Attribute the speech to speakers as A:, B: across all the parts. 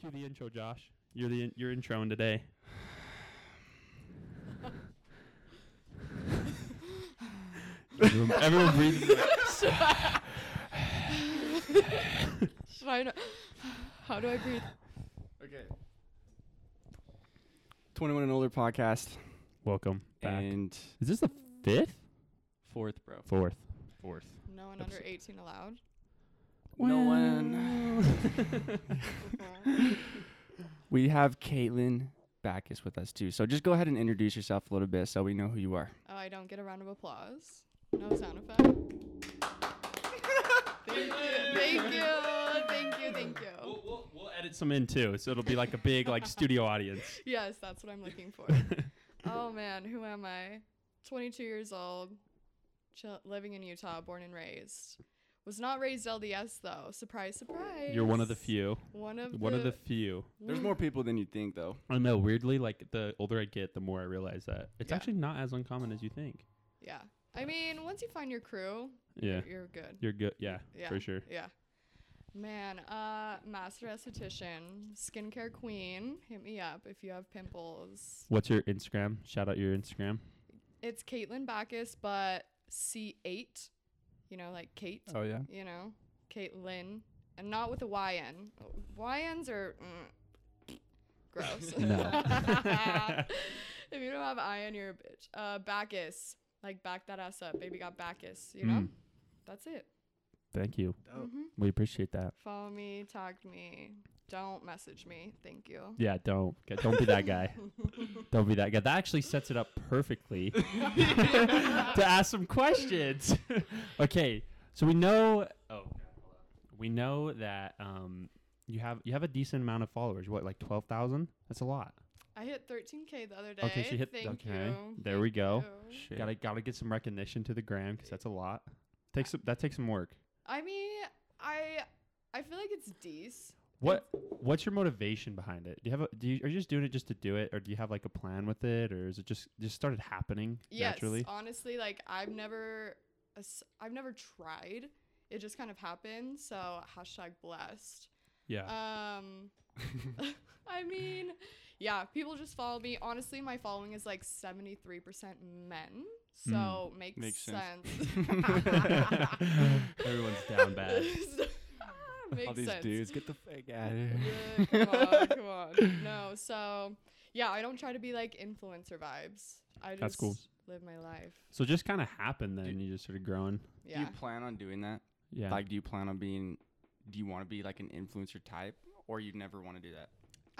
A: Cue the intro, Josh. You're the in- you're introing today. everyone, everyone breathe.
B: should, I, should I? not- How do I breathe?
C: Okay. 21 and older podcast.
A: Welcome back.
C: And
A: Is this the fifth?
C: fourth, bro.
A: Fourth. Fourth.
B: No one under
A: Episode-
B: 18 allowed.
C: No one. we have Caitlin Backus with us too. So just go ahead and introduce yourself a little bit so we know who you are.
B: oh, I don't get a round of applause. No sound effect. Thank you. Thank you. Thank you. Thank you.
A: We'll, we'll, we'll edit some in too, so it'll be like a big like studio audience.
B: Yes, that's what I'm looking for. oh man, who am I? 22 years old, chill, living in Utah, born and raised. Was not raised LDS though. Surprise, surprise.
A: You're one of the few.
B: One of
A: One
B: the,
A: of the few.
C: There's more people than you think though.
A: I know. Weirdly, like the older I get, the more I realize that it's
B: Yeah.
A: actually not as uncommon as you think.
B: Yeah. I mean, once you find your crew,
A: Yeah,
B: you're good.
A: you're good. Yeah,
B: Yeah.
A: for sure.
B: Yeah. Man, uh, master esthetician, skincare queen. Hit me up if you have pimples.
A: What's your Instagram? Shout out your Instagram.
B: It's Caitlin Backus, but C8, you know, like Kate,
C: Oh yeah.
B: you know, Caitlin, and not with a YN. YNs are mm, gross.
A: No.
B: if you don't have IN, you're a bitch. Uh, Backus, like back that ass up. Baby got Backus,
C: Hmm.
B: you know?
A: Mm.
B: That's it.
A: Thank you.
B: hmm
A: We appreciate that.
B: Follow me, tag me. Don't message me. Thank you.
A: Yeah, don't g- don't be that guy. don't be that guy. That actually sets it up perfectly to ask some questions. okay, so we know. Oh, we know that um, you have you have a decent amount of followers. What, like twelve thousand? That's a lot.
B: I hit 13k the other day.
A: Okay, she hit-
B: Thank
A: okay,
B: you.
A: there
B: Thank
A: we go.
B: you.
C: Shit.
A: Gotta gotta get some recognition to the gram because that's a lot. Takes some, that takes some work.
B: I mean, I I feel like it's Dece.
A: What what's your motivation behind it? Do you have a, do you, are you just doing it just to do it, or do you have like a plan with it, or is it just just started happening
B: Yes, Uh,
A: naturally?
B: honestly, like I've never ass- I've never tried. It just kind of happened. So hashtag blessed.
A: Yeah.
B: Um, I mean, yeah, people just follow me. Honestly, my following is like 73% men. So
A: Hmm.
B: makes,
C: Makes sense.
A: Everyone's down bad.
B: Makes
C: All these
B: sense.
C: dudes get the fuck out of here.
B: Yeah, come on, come on. No, so yeah, I don't try to be like influencer vibes. I just
A: That's cool.
B: live my life.
A: So it just kind of happened then. you just started growing.
B: Yeah.
C: Do you plan on doing that?
A: Yeah.
C: Like do you plan on being do you want to be like an influencer type or you never want to do that?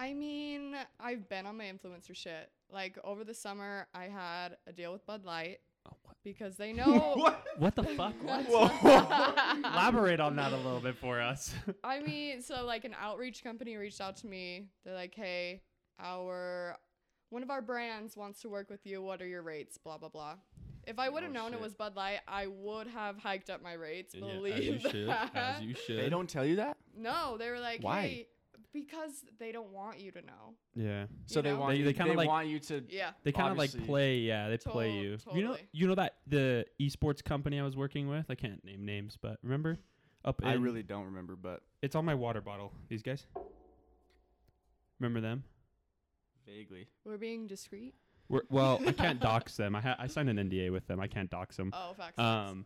B: I mean, I've been on my influencer shit. Like over the summer, I had a deal with Bud Light
A: Oh,
B: because they know.
A: what the fuck? Elaborate on that a little bit for us.
B: I mean, so like an outreach company reached out to me. They're like, "Hey, our one of our brands wants to work with you. What are your rates?" Blah blah blah. If I would have
C: Oh,
B: known it
C: shit.
B: was Bud Light, I would have hiked up my rates. Believe that.
A: should.
C: They don't tell you that?
B: No, they were like,
C: Why?
B: "Hey," because they don't want you to know.
A: Yeah.
C: So they
B: know?
C: want
A: They-
C: you,
A: they
C: they,
A: kinda like-
C: want you to
B: Yeah.
A: They kind of like
C: Obviously.
A: play. Yeah, they play you.
B: Tot-
A: You know.
B: totally.
A: You know that the esports company I was working with. I can't name names, but remember, up.
C: I
A: in-
C: really don't remember, but
A: It's on my water bottle. These guys. Remember them?
C: vaguely.
B: We're being discreet.
A: We're, well, I can't dox them. I ha- I signed an NDA with them. I can't dox them.
B: Oh, facts. facts.
A: Um,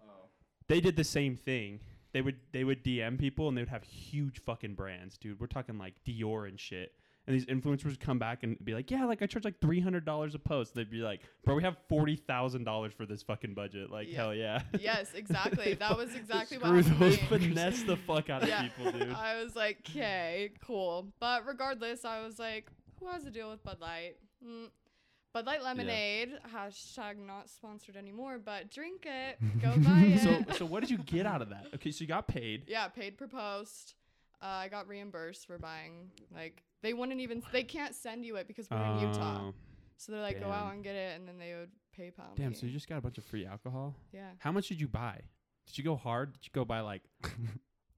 A: they did the same thing. They would they would DM people and they would have huge fucking brands, dude. We're talking like Dior and shit. And these influencers would come back and be like, "Yeah, like I charge like three hundred dollars a post." They'd be like, "Bro, we have forty thousand dollars for this fucking budget. Like,
B: Yeah.
A: hell yeah."
B: yes, exactly. That was exactly what
A: Screw
B: happened to
A: those
B: me.
A: finesse the fuck out of
B: Yeah.
A: people, dude.
B: I was like, okay, cool. But regardless, I was like, who has a deal with Bud Light? Mm. Bud Light Lemonade, hashtag not sponsored anymore, but drink it. Go buy it.
A: so so what did you get out of that? Okay, so you got paid.
B: yeah, paid per post. Uh, I got reimbursed for buying. Like, they wouldn't even, they can't send you it because we're in Utah.
A: Oh,
B: So they're like, go out
A: damn.
B: and get it. And then they would PayPal.
A: damn,
B: me.
A: so you just got a bunch of free alcohol.
B: yeah.
A: How much did you buy? Did you go hard? Did you go buy like?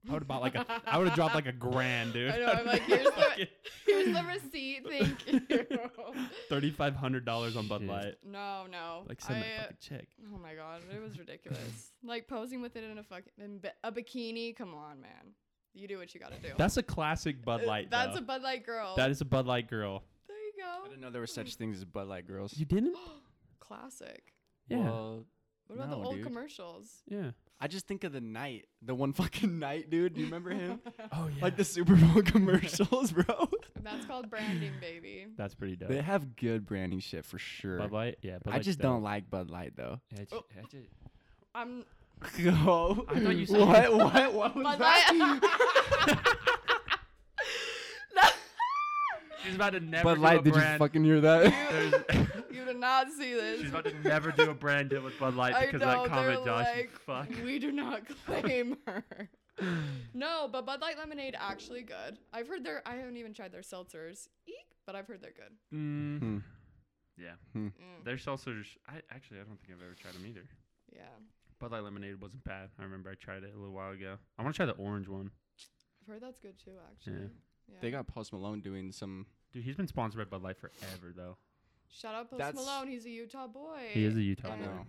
A: I would have bought like a. I would have dropped like a grand, dude.
B: I know, I'm like, here's the- Here's the receipt. Thank you.
A: Thirty-five hundred dollars on Bud
C: Shit.
A: Light.
B: no, no.
A: Like send
B: I,
A: that fucking check.
B: Oh my god, it was ridiculous. like posing with it in a fucking in bi- a bikini. Come on, man. You do what you gotta do.
A: That's a classic Bud
B: Uh,
A: Light.
B: That's
A: though.
B: a Bud Light girl.
A: that is a Bud Light girl.
B: there you
C: I
B: go.
C: didn't know there were such things as Bud Light girls.
A: You didn't?
B: Classic.
A: Yeah.
C: Well,
B: What about
C: No,
B: the old
C: dude.
B: commercials?
A: Yeah.
C: I just think of the night, the one fucking night, dude. Do you remember him?
A: Oh yeah.
C: Like the Super Bowl commercials, bro.
B: And that's called branding, baby.
A: That's pretty dope.
C: They have good branding shit for sure.
A: Bud Light. Yeah. Bud
C: I just don't like Bud Light though.
A: like.
B: Oh. I'm
C: oh,
A: I thought you said-
C: what? What? What was
B: Bud
C: that?
A: She's about to never.
C: Bud Light. Did you fucking hear that?
B: Light. You, you did not see this.
A: She's about to never do a brand deal with Bud Light
B: I
A: because
B: know,
A: of that
B: they
A: comment,
B: were
A: Josh.
B: like,
A: fuck.
B: We do not claim her. no, but Bud Light Lemonade actually good. I've heard their. I haven't even tried their seltzers. Eek, but I've heard they're good.
A: Mm,
C: Hmm.
A: yeah.
B: Mm,
A: Their seltzers. I actually I don't think I've ever tried them either.
B: yeah.
A: Bud Light lemonade wasn't bad. I remember I tried it a little while ago. I want to try the orange one.
B: I've heard that's good too, actually. Yeah.
C: They got Post Malone doing some.
A: Dude, he's been sponsored by Bud Light forever though.
B: Shout out Post
C: That's-
B: Malone. He's a Utah boy.
A: He is a Utah.
B: I
C: I
A: boy.
C: know.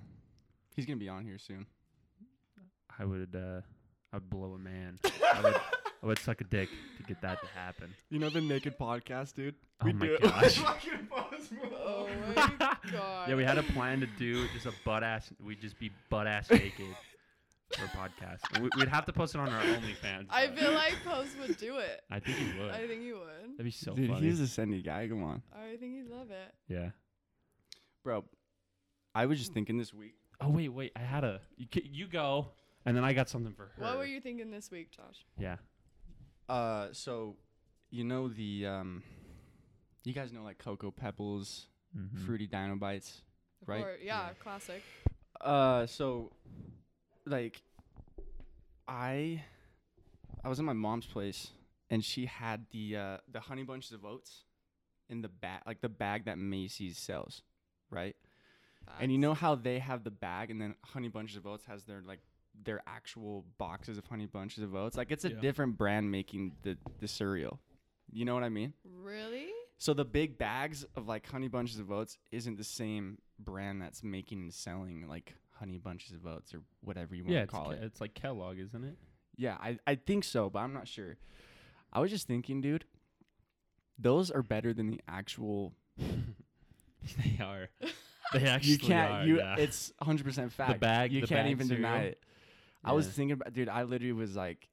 C: He's gonna be on here soon.
A: I would uh I would blow a man. I would I would suck a dick to get that to happen.
C: You know the Naked Podcast, dude.
A: Oh my gosh.
C: Fucking Post
B: Oh
C: Malone.
B: my god.
A: Yeah, we had a plan to do just a butt ass we'd just be butt ass naked for a podcast. And we, we'd have to post it on our OnlyFans.
B: I
A: though.
B: feel like Post would do it.
A: I think he would.
B: I think he would.
A: That'd be so
C: dude,
A: funny.
C: he's a sendy guy. Come on,
B: I think he'd love it.
A: yeah.
C: bro. I was just thinking this week.
A: Oh wait, wait. I had a you, ca- you go, and then I got something for her.
B: What were you thinking this week, Josh?
A: Yeah.
C: Uh, so you know the um, you guys know like Cocoa Pebbles,
A: Mm-hmm.
C: Fruity Dino Bites.
B: Of
C: Right?
B: course- yeah, classic.
C: Uh, so like, I I was at my mom's place and she had the uh the honey bunches of oats in the bag, like the bag that Macy's sells, right? And you
B: Facts.
C: know how they have the bag, and then Honey Bunches of Oats has their like their actual boxes of Honey Bunches of Oats. Like it's a
A: Yeah.
C: different brand making the the cereal. You know what I mean?
B: Really?
C: So the big bags of like Honey Bunches of Oats isn't the same brand that's making and selling like Honey Bunches of Oats or whatever you want
A: Yeah,
C: to
A: it's,
C: call
A: Ke-
C: it.
A: it's like Kellogg, isn't it?
C: Yeah, I I think so, but I'm not sure. I was just thinking, dude, those are better than the actual.
A: they are. They actually
C: you can't.
A: Are,
C: you
A: yeah.
C: it's 100 percent fact.
A: bag-
C: You
A: the
C: can't
A: bag
C: even deny
A: cereal?
C: it. I was
A: Yeah.
C: thinking about, dude. I literally was like,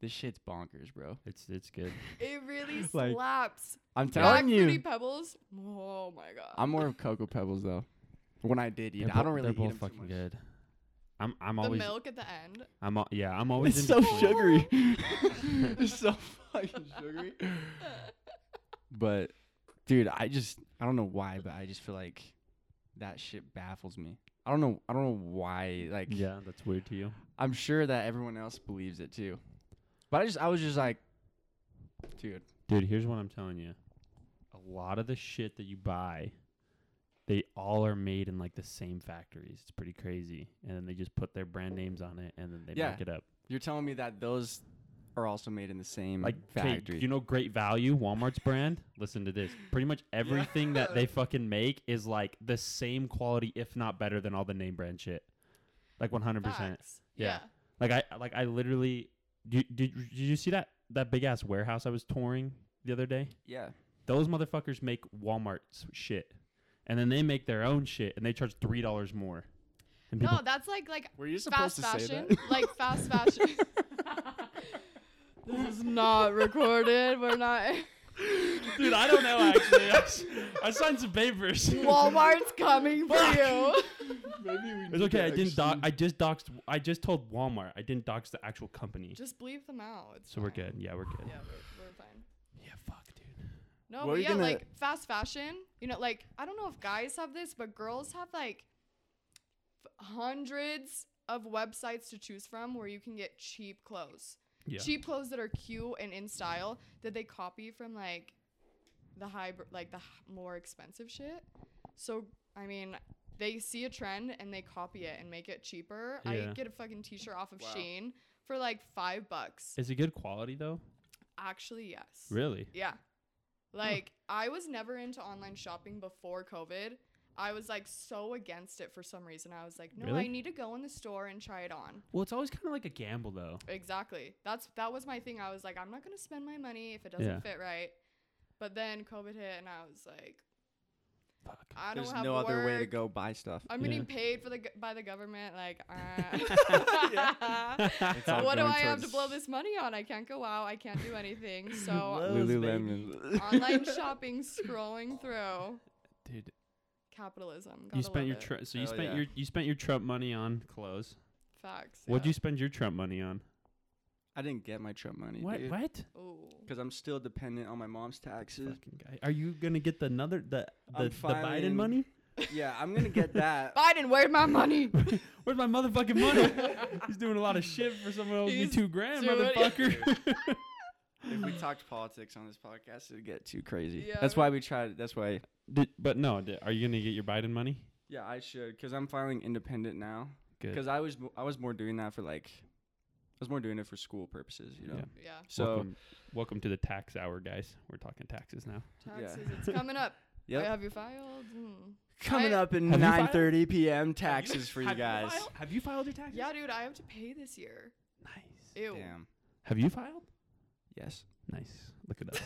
C: "This shit's bonkers, bro."
A: It's it's good.
B: It really
C: Like,
B: slaps.
C: I'm
B: Black
C: telling
B: Fruity
C: you,
B: Pebbles. Oh my god.
C: I'm more of cocoa pebbles though. When I did eat,
A: They're
C: I
A: bo-
C: don't really
A: They're
C: eat
A: both
C: them too
A: fucking
C: much.
A: good. I'm I'm
B: the
A: always
B: milk at the end.
A: I'm al- yeah I'm always
C: It's so
A: in between.
C: sugary. it's so fucking sugary. But, dude, I just I don't know why, but I just feel like that shit baffles me. I don't know. I don't know why. Like,
A: Yeah, that's weird to you.
C: I'm sure that everyone else believes it too. But I just I was just like, dude,
A: Dude, here's what I'm telling you. A lot of the shit that you buy, they all are made in like the same factories. It's pretty crazy. And then they just put their brand names on it and then they
C: Yeah.
A: mark it up.
C: You're telling me that those are also made in the same
B: Mm-hmm.
A: Like okay,
C: factory.
A: you know Great Value, Walmart's brand? Listen to this. Pretty much everything that they fucking make is like the same quality if not better than all the name brand shit. Like 100%.
B: Facts.
A: Yeah. Like I like I literally did, did, did you see that that big ass warehouse I was touring the other day?
C: yeah.
A: Those motherfuckers make Walmart's shit, and then they make their own shit, and they charge three dollars more. And people,
B: No, that's like like
C: Were you
B: fast fashion. like fast fashion. this is not recorded. We're not.
A: dude, I don't know actually. I, s- I signed some papers.
B: Walmart's coming for you.
A: It's okay. I didn't. Doc, I just doxed. I just told Walmart. I didn't dox the actual company.
B: Just bleep them out. It's
A: So we're
B: fine.
A: good. Yeah, we're good.
B: Yeah, we're, we're fine.
A: Yeah, fuck, dude.
B: No,
C: What
B: but
C: are you
B: yeah,
C: gonna-
B: like fast fashion. You know, like I don't know if guys have this, but girls have like f- hundreds of websites to choose from where you can get cheap clothes,
A: Yeah.
B: cheap clothes that are cute and in style that they copy from like the high, br- like the h- more expensive shit. So I mean, they see a trend and they copy it and make it cheaper.
A: Yeah.
B: I get a fucking t-shirt off of
C: Wow.
B: Sheen for like five bucks.
A: Is it good quality though?
B: Actually, yes.
A: Really?
B: Yeah. Like I was never into online shopping before COVID. I was like so against it for some reason. I was like, no,
A: Really?
B: I need to go in the store and try it on.
A: Well, it's always kind of like a gamble, though.
B: Exactly. That's that was my thing. I was like, I'm not gonna spend my money if it doesn't
A: Yeah.
B: fit right. But then COVID hit, and I was like,
A: Fuck.
B: I
C: There's
B: don't have
C: no other way to
B: work.
C: go buy stuff.
B: I'm
A: Yeah.
B: getting paid for the go- by the government. Like, uh,
C: It's all
B: what do
C: going
B: I have to
C: towards
B: blow this money on? I can't go out. I can't do anything. So uh,
A: Lowe's, baby.
C: Lululemon.
B: online shopping, scrolling through
A: Dude,
B: capitalism.
A: you
B: Gotta
A: spent
B: love
A: your
B: it.
A: tr- so you
C: Hell
A: spent
C: yeah.
A: your you spent your Trump money on clothes.
B: facts.
A: What'd
B: yeah.
A: you spend your Trump money on?
C: I didn't get my Trump money.
A: What? What?
B: Ooh.
C: Because I'm still dependent on my mom's taxes.
A: Fucking guy. Are you gonna get the another the the,
C: I'm
A: the Biden
C: filing-
A: money?
C: yeah, I'm gonna get that.
B: Biden, where's my money?
A: Where's my motherfucking money? He's doing a lot of shit for someone else. Me
B: He's
A: two grand,
B: doing-
A: motherfucker.
C: if we talked politics on this podcast, it'd get too crazy.
B: Yeah,
C: that's
B: we-
C: why we tried. That's why.
A: Did, but no, di- are you gonna get your Biden money?
C: Yeah, I should. Cause I'm filing independent now.
A: Good.
C: Cause I was mo- I was more doing that for like, I was more doing it for school purposes. You know.
A: Yeah.
B: yeah.
C: So
A: welcome, welcome to the tax hour, guys. We're talking taxes now.
C: Yeah.
B: Taxes. It's coming up.
C: Yep.
B: Wait, have you filed? Hmm.
C: coming
B: I-
C: up in
A: Have you filed?
C: 9:30 p.m. taxes for you guys.
A: have you filed your taxes?
B: Yeah, dude, I have to pay this year.
A: Nice.
B: Ew.
C: Damn.
A: Have you filed?
C: Yes.
A: Nice. Look at us.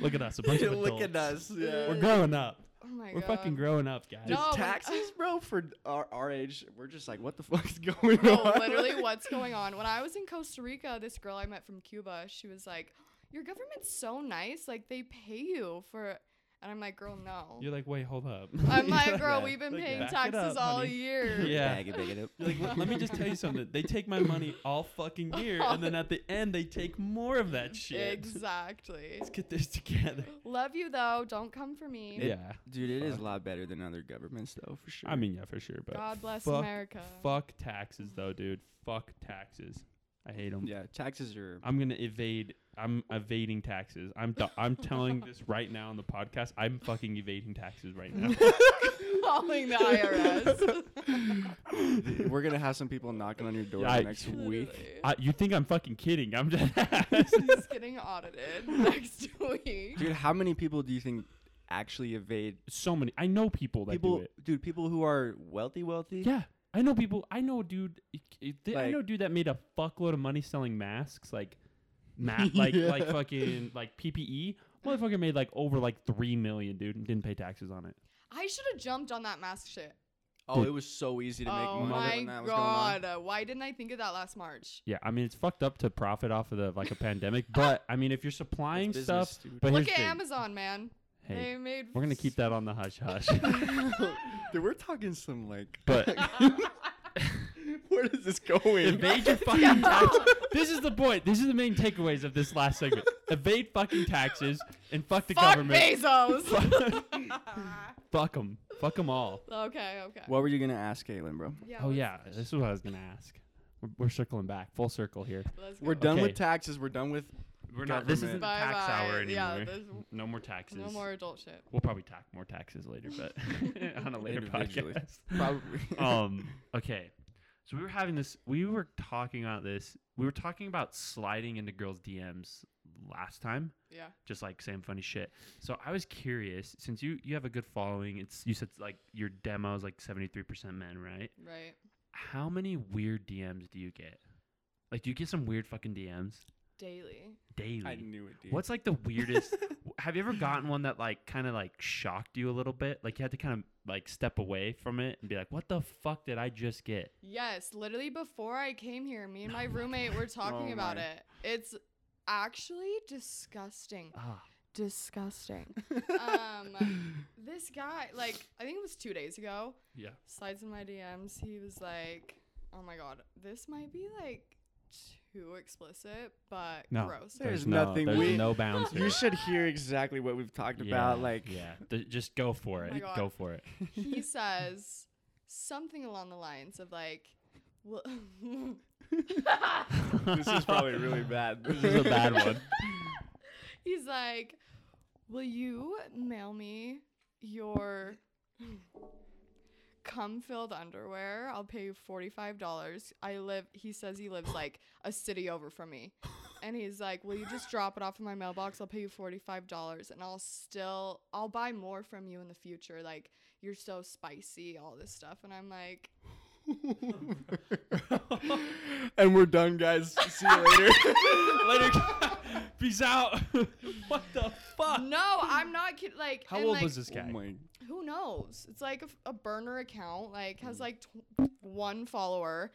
A: Look at us. A bunch of adults.
C: Look at us. Yeah.
A: We're growing up.
B: Oh my
A: We're
B: god.
A: fucking growing up, guys.
C: Dude,
B: No, when-
C: taxes, bro, for our, our age, we're just like, what the fuck is going
B: No,
C: on?
B: Oh, literally, what's going on? When I was in Costa Rica, this girl I met from Cuba, she was like, "Your government's so nice. Like they pay you for," and I'm like, "Girl, no."
A: You're like, wait, hold up.
B: I'm
A: You're
B: like, "Girl,
C: Yeah.
B: we've been
A: Like,
B: paying
A: back it
B: taxes
A: up,
B: all
A: honey."
B: year."
A: Yeah.
C: Bag it, bag it up.
A: You're like, "Let- let me just tell you something. They take my money all fucking year, and then at the end, they take more of that shit.
B: Exactly.
A: Let's get this together.
B: Love you though. Don't come for me.
A: Yeah.
C: Dude, it is
A: Fuck.
C: a lot better than other governments, though, for sure.
A: I mean, yeah, for sure. But
B: God bless
A: fuck,
B: America.
A: Fuck taxes, though, dude. Fuck taxes. I hate them.
C: yeah, taxes are.
A: I'm gonna evade. I'm evading taxes. I'm. do- I'm telling this right now on the podcast. I'm fucking evading taxes right now.
B: Calling the IRS.
C: we're gonna have some people knocking on your door
A: Yeah, I-
C: next week.
B: Literally.
A: I, you think I'm fucking kidding? I'm just.
B: She's getting audited next week.
C: Dude, how many people do you think actually evade
A: so many. I know people that
C: people?
A: do it.
C: Dude, people who are wealthy, wealthy.
A: Yeah, I know people. I know a dude. it- it- th- I
C: Like-
A: know a dude that made a fuckload of money selling masks, like, ma- like like
C: Yeah.
A: fucking like PPE. Motherfucker made like over like three million, dude, and didn't pay taxes on it.
B: I should have jumped on that mask shit.
C: Oh,
A: Dude.
C: it was so easy to make
B: Oh
C: money
B: my
C: when that was
B: god! uh, Why didn't I think of that last March?
A: Yeah, I mean it's fucked up to profit off of the like a pandemic, but I mean if you're supplying
C: business,
A: stuff,
C: dude.
A: but
B: Look
A: here's
B: at
A: the thing.
B: Amazon, man.
A: Hey,
B: they made.
A: we're gonna keep that on the hush hush.
C: going on. Dude, we're talking some like.
A: but
C: Where is this going?
A: evade your fucking taxes. This is the point. This is the main takeaways of this last segment. Evade fucking taxes and fuck the
B: Fuck
A: government.
B: Bezos.
A: Fuck them. Fuck them all.
B: okay, okay.
C: What were you gonna ask, Caitlin, bro?
B: Yeah,
A: Oh
B: let's-
A: yeah, this is what I was gonna ask. We're, we're circling back, full circle here.
B: let's
C: We're
B: go.
C: done
A: Okay.
C: with taxes. We're done with.
A: We're
C: not- this isn't
B: Bye bye. Yeah, there's
A: no more taxes.
B: no more adult shit.
A: We'll probably talk more taxes later, but on a later
C: Individually.
A: podcast.
C: Probably.
A: um. Okay. So we were having this. We were talking about this. We were talking about sliding into girls' DMs last time,
B: Yeah.
A: just like saying funny shit. So I was curious, since you you have a good following. It's you said like your demo is like seventy three percent men, right?
B: Right.
A: how many weird DMs do you get? Like, do you get some weird fucking DMs
B: Daily.
A: daily?
C: I knew it, dude.
A: What's like the weirdest? have you ever gotten one that like kind of like shocked you a little bit? Like you had to kind of like step away from it and be like, "What the fuck did I just get?"
B: Yes, literally before I came here, me and my
A: Oh my
B: roommate were talking
C: Oh
B: about
C: my.
B: it. It's actually disgusting.
A: Ah,
B: Disgusting. um, this guy, like, I think it was two days ago,
A: yeah.
B: slides in my DMs. He was like, "Oh my god, this might be like too explicit, but
A: No.
B: gross."
C: There's no- nothing there's weird.
A: no bounds.
C: You should hear exactly what we've talked about. Like,
A: yeah, Th- just go for
B: Oh
A: it.
B: my God.
A: go for it.
B: he says something along the lines of like, "Well,
C: this is probably really bad.
A: this is a bad one.
B: he's like, will you mail me your cum-filled underwear? I'll pay you forty-five dollars. I live." He says he lives like a city over from me. And he's like, "Will you just drop it off in my mailbox? I'll pay you forty-five dollars, and I'll still, I'll buy more from you in the future. Like, you're so spicy, all this stuff. And I'm like,
C: and we're done, guys. See you later.
A: Later, peace out. what the fuck?
B: no, I'm not kidding. Like,
A: How
B: and,
A: old
B: like,
A: was this guy?
C: Oh my.
B: Who knows? It's like a, f- a burner account, like
A: Mm.
B: has like tw- one follower.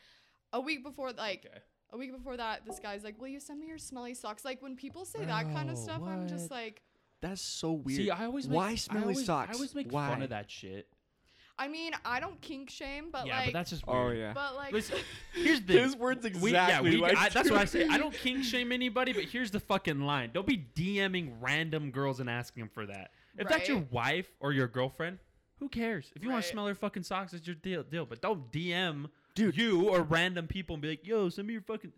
B: A week before, like
A: Okay.
B: a week before that, this guy's like, "Will you send me your smelly socks?" Like when people say that kind of
A: Bro,
B: stuff, I'm just
A: what?
B: like,
C: That's so weird.
A: See, I always make,
C: why
A: I
C: smelly
A: always-
C: socks?
A: I always make
C: why?
A: fun of that shit.
B: I mean, I don't kink shame, but
A: yeah,
B: like,
A: but that's just weird.
C: Oh yeah.
B: but like,
A: Listen, here's the
C: His words
A: We, yeah,
C: exactly
A: we,
C: like
A: I, that's what I
C: you.
A: say. I don't king shame anybody, but here's the fucking line: don't be DMing random girls and asking them for that. If that's your
B: Right.
A: wife or your girlfriend, who cares? If you want
B: Right.
A: to smell her fucking socks, it's your deal. Deal, but don't DM
C: Dude.
A: you or random people and be like, "Yo, send me your fucking."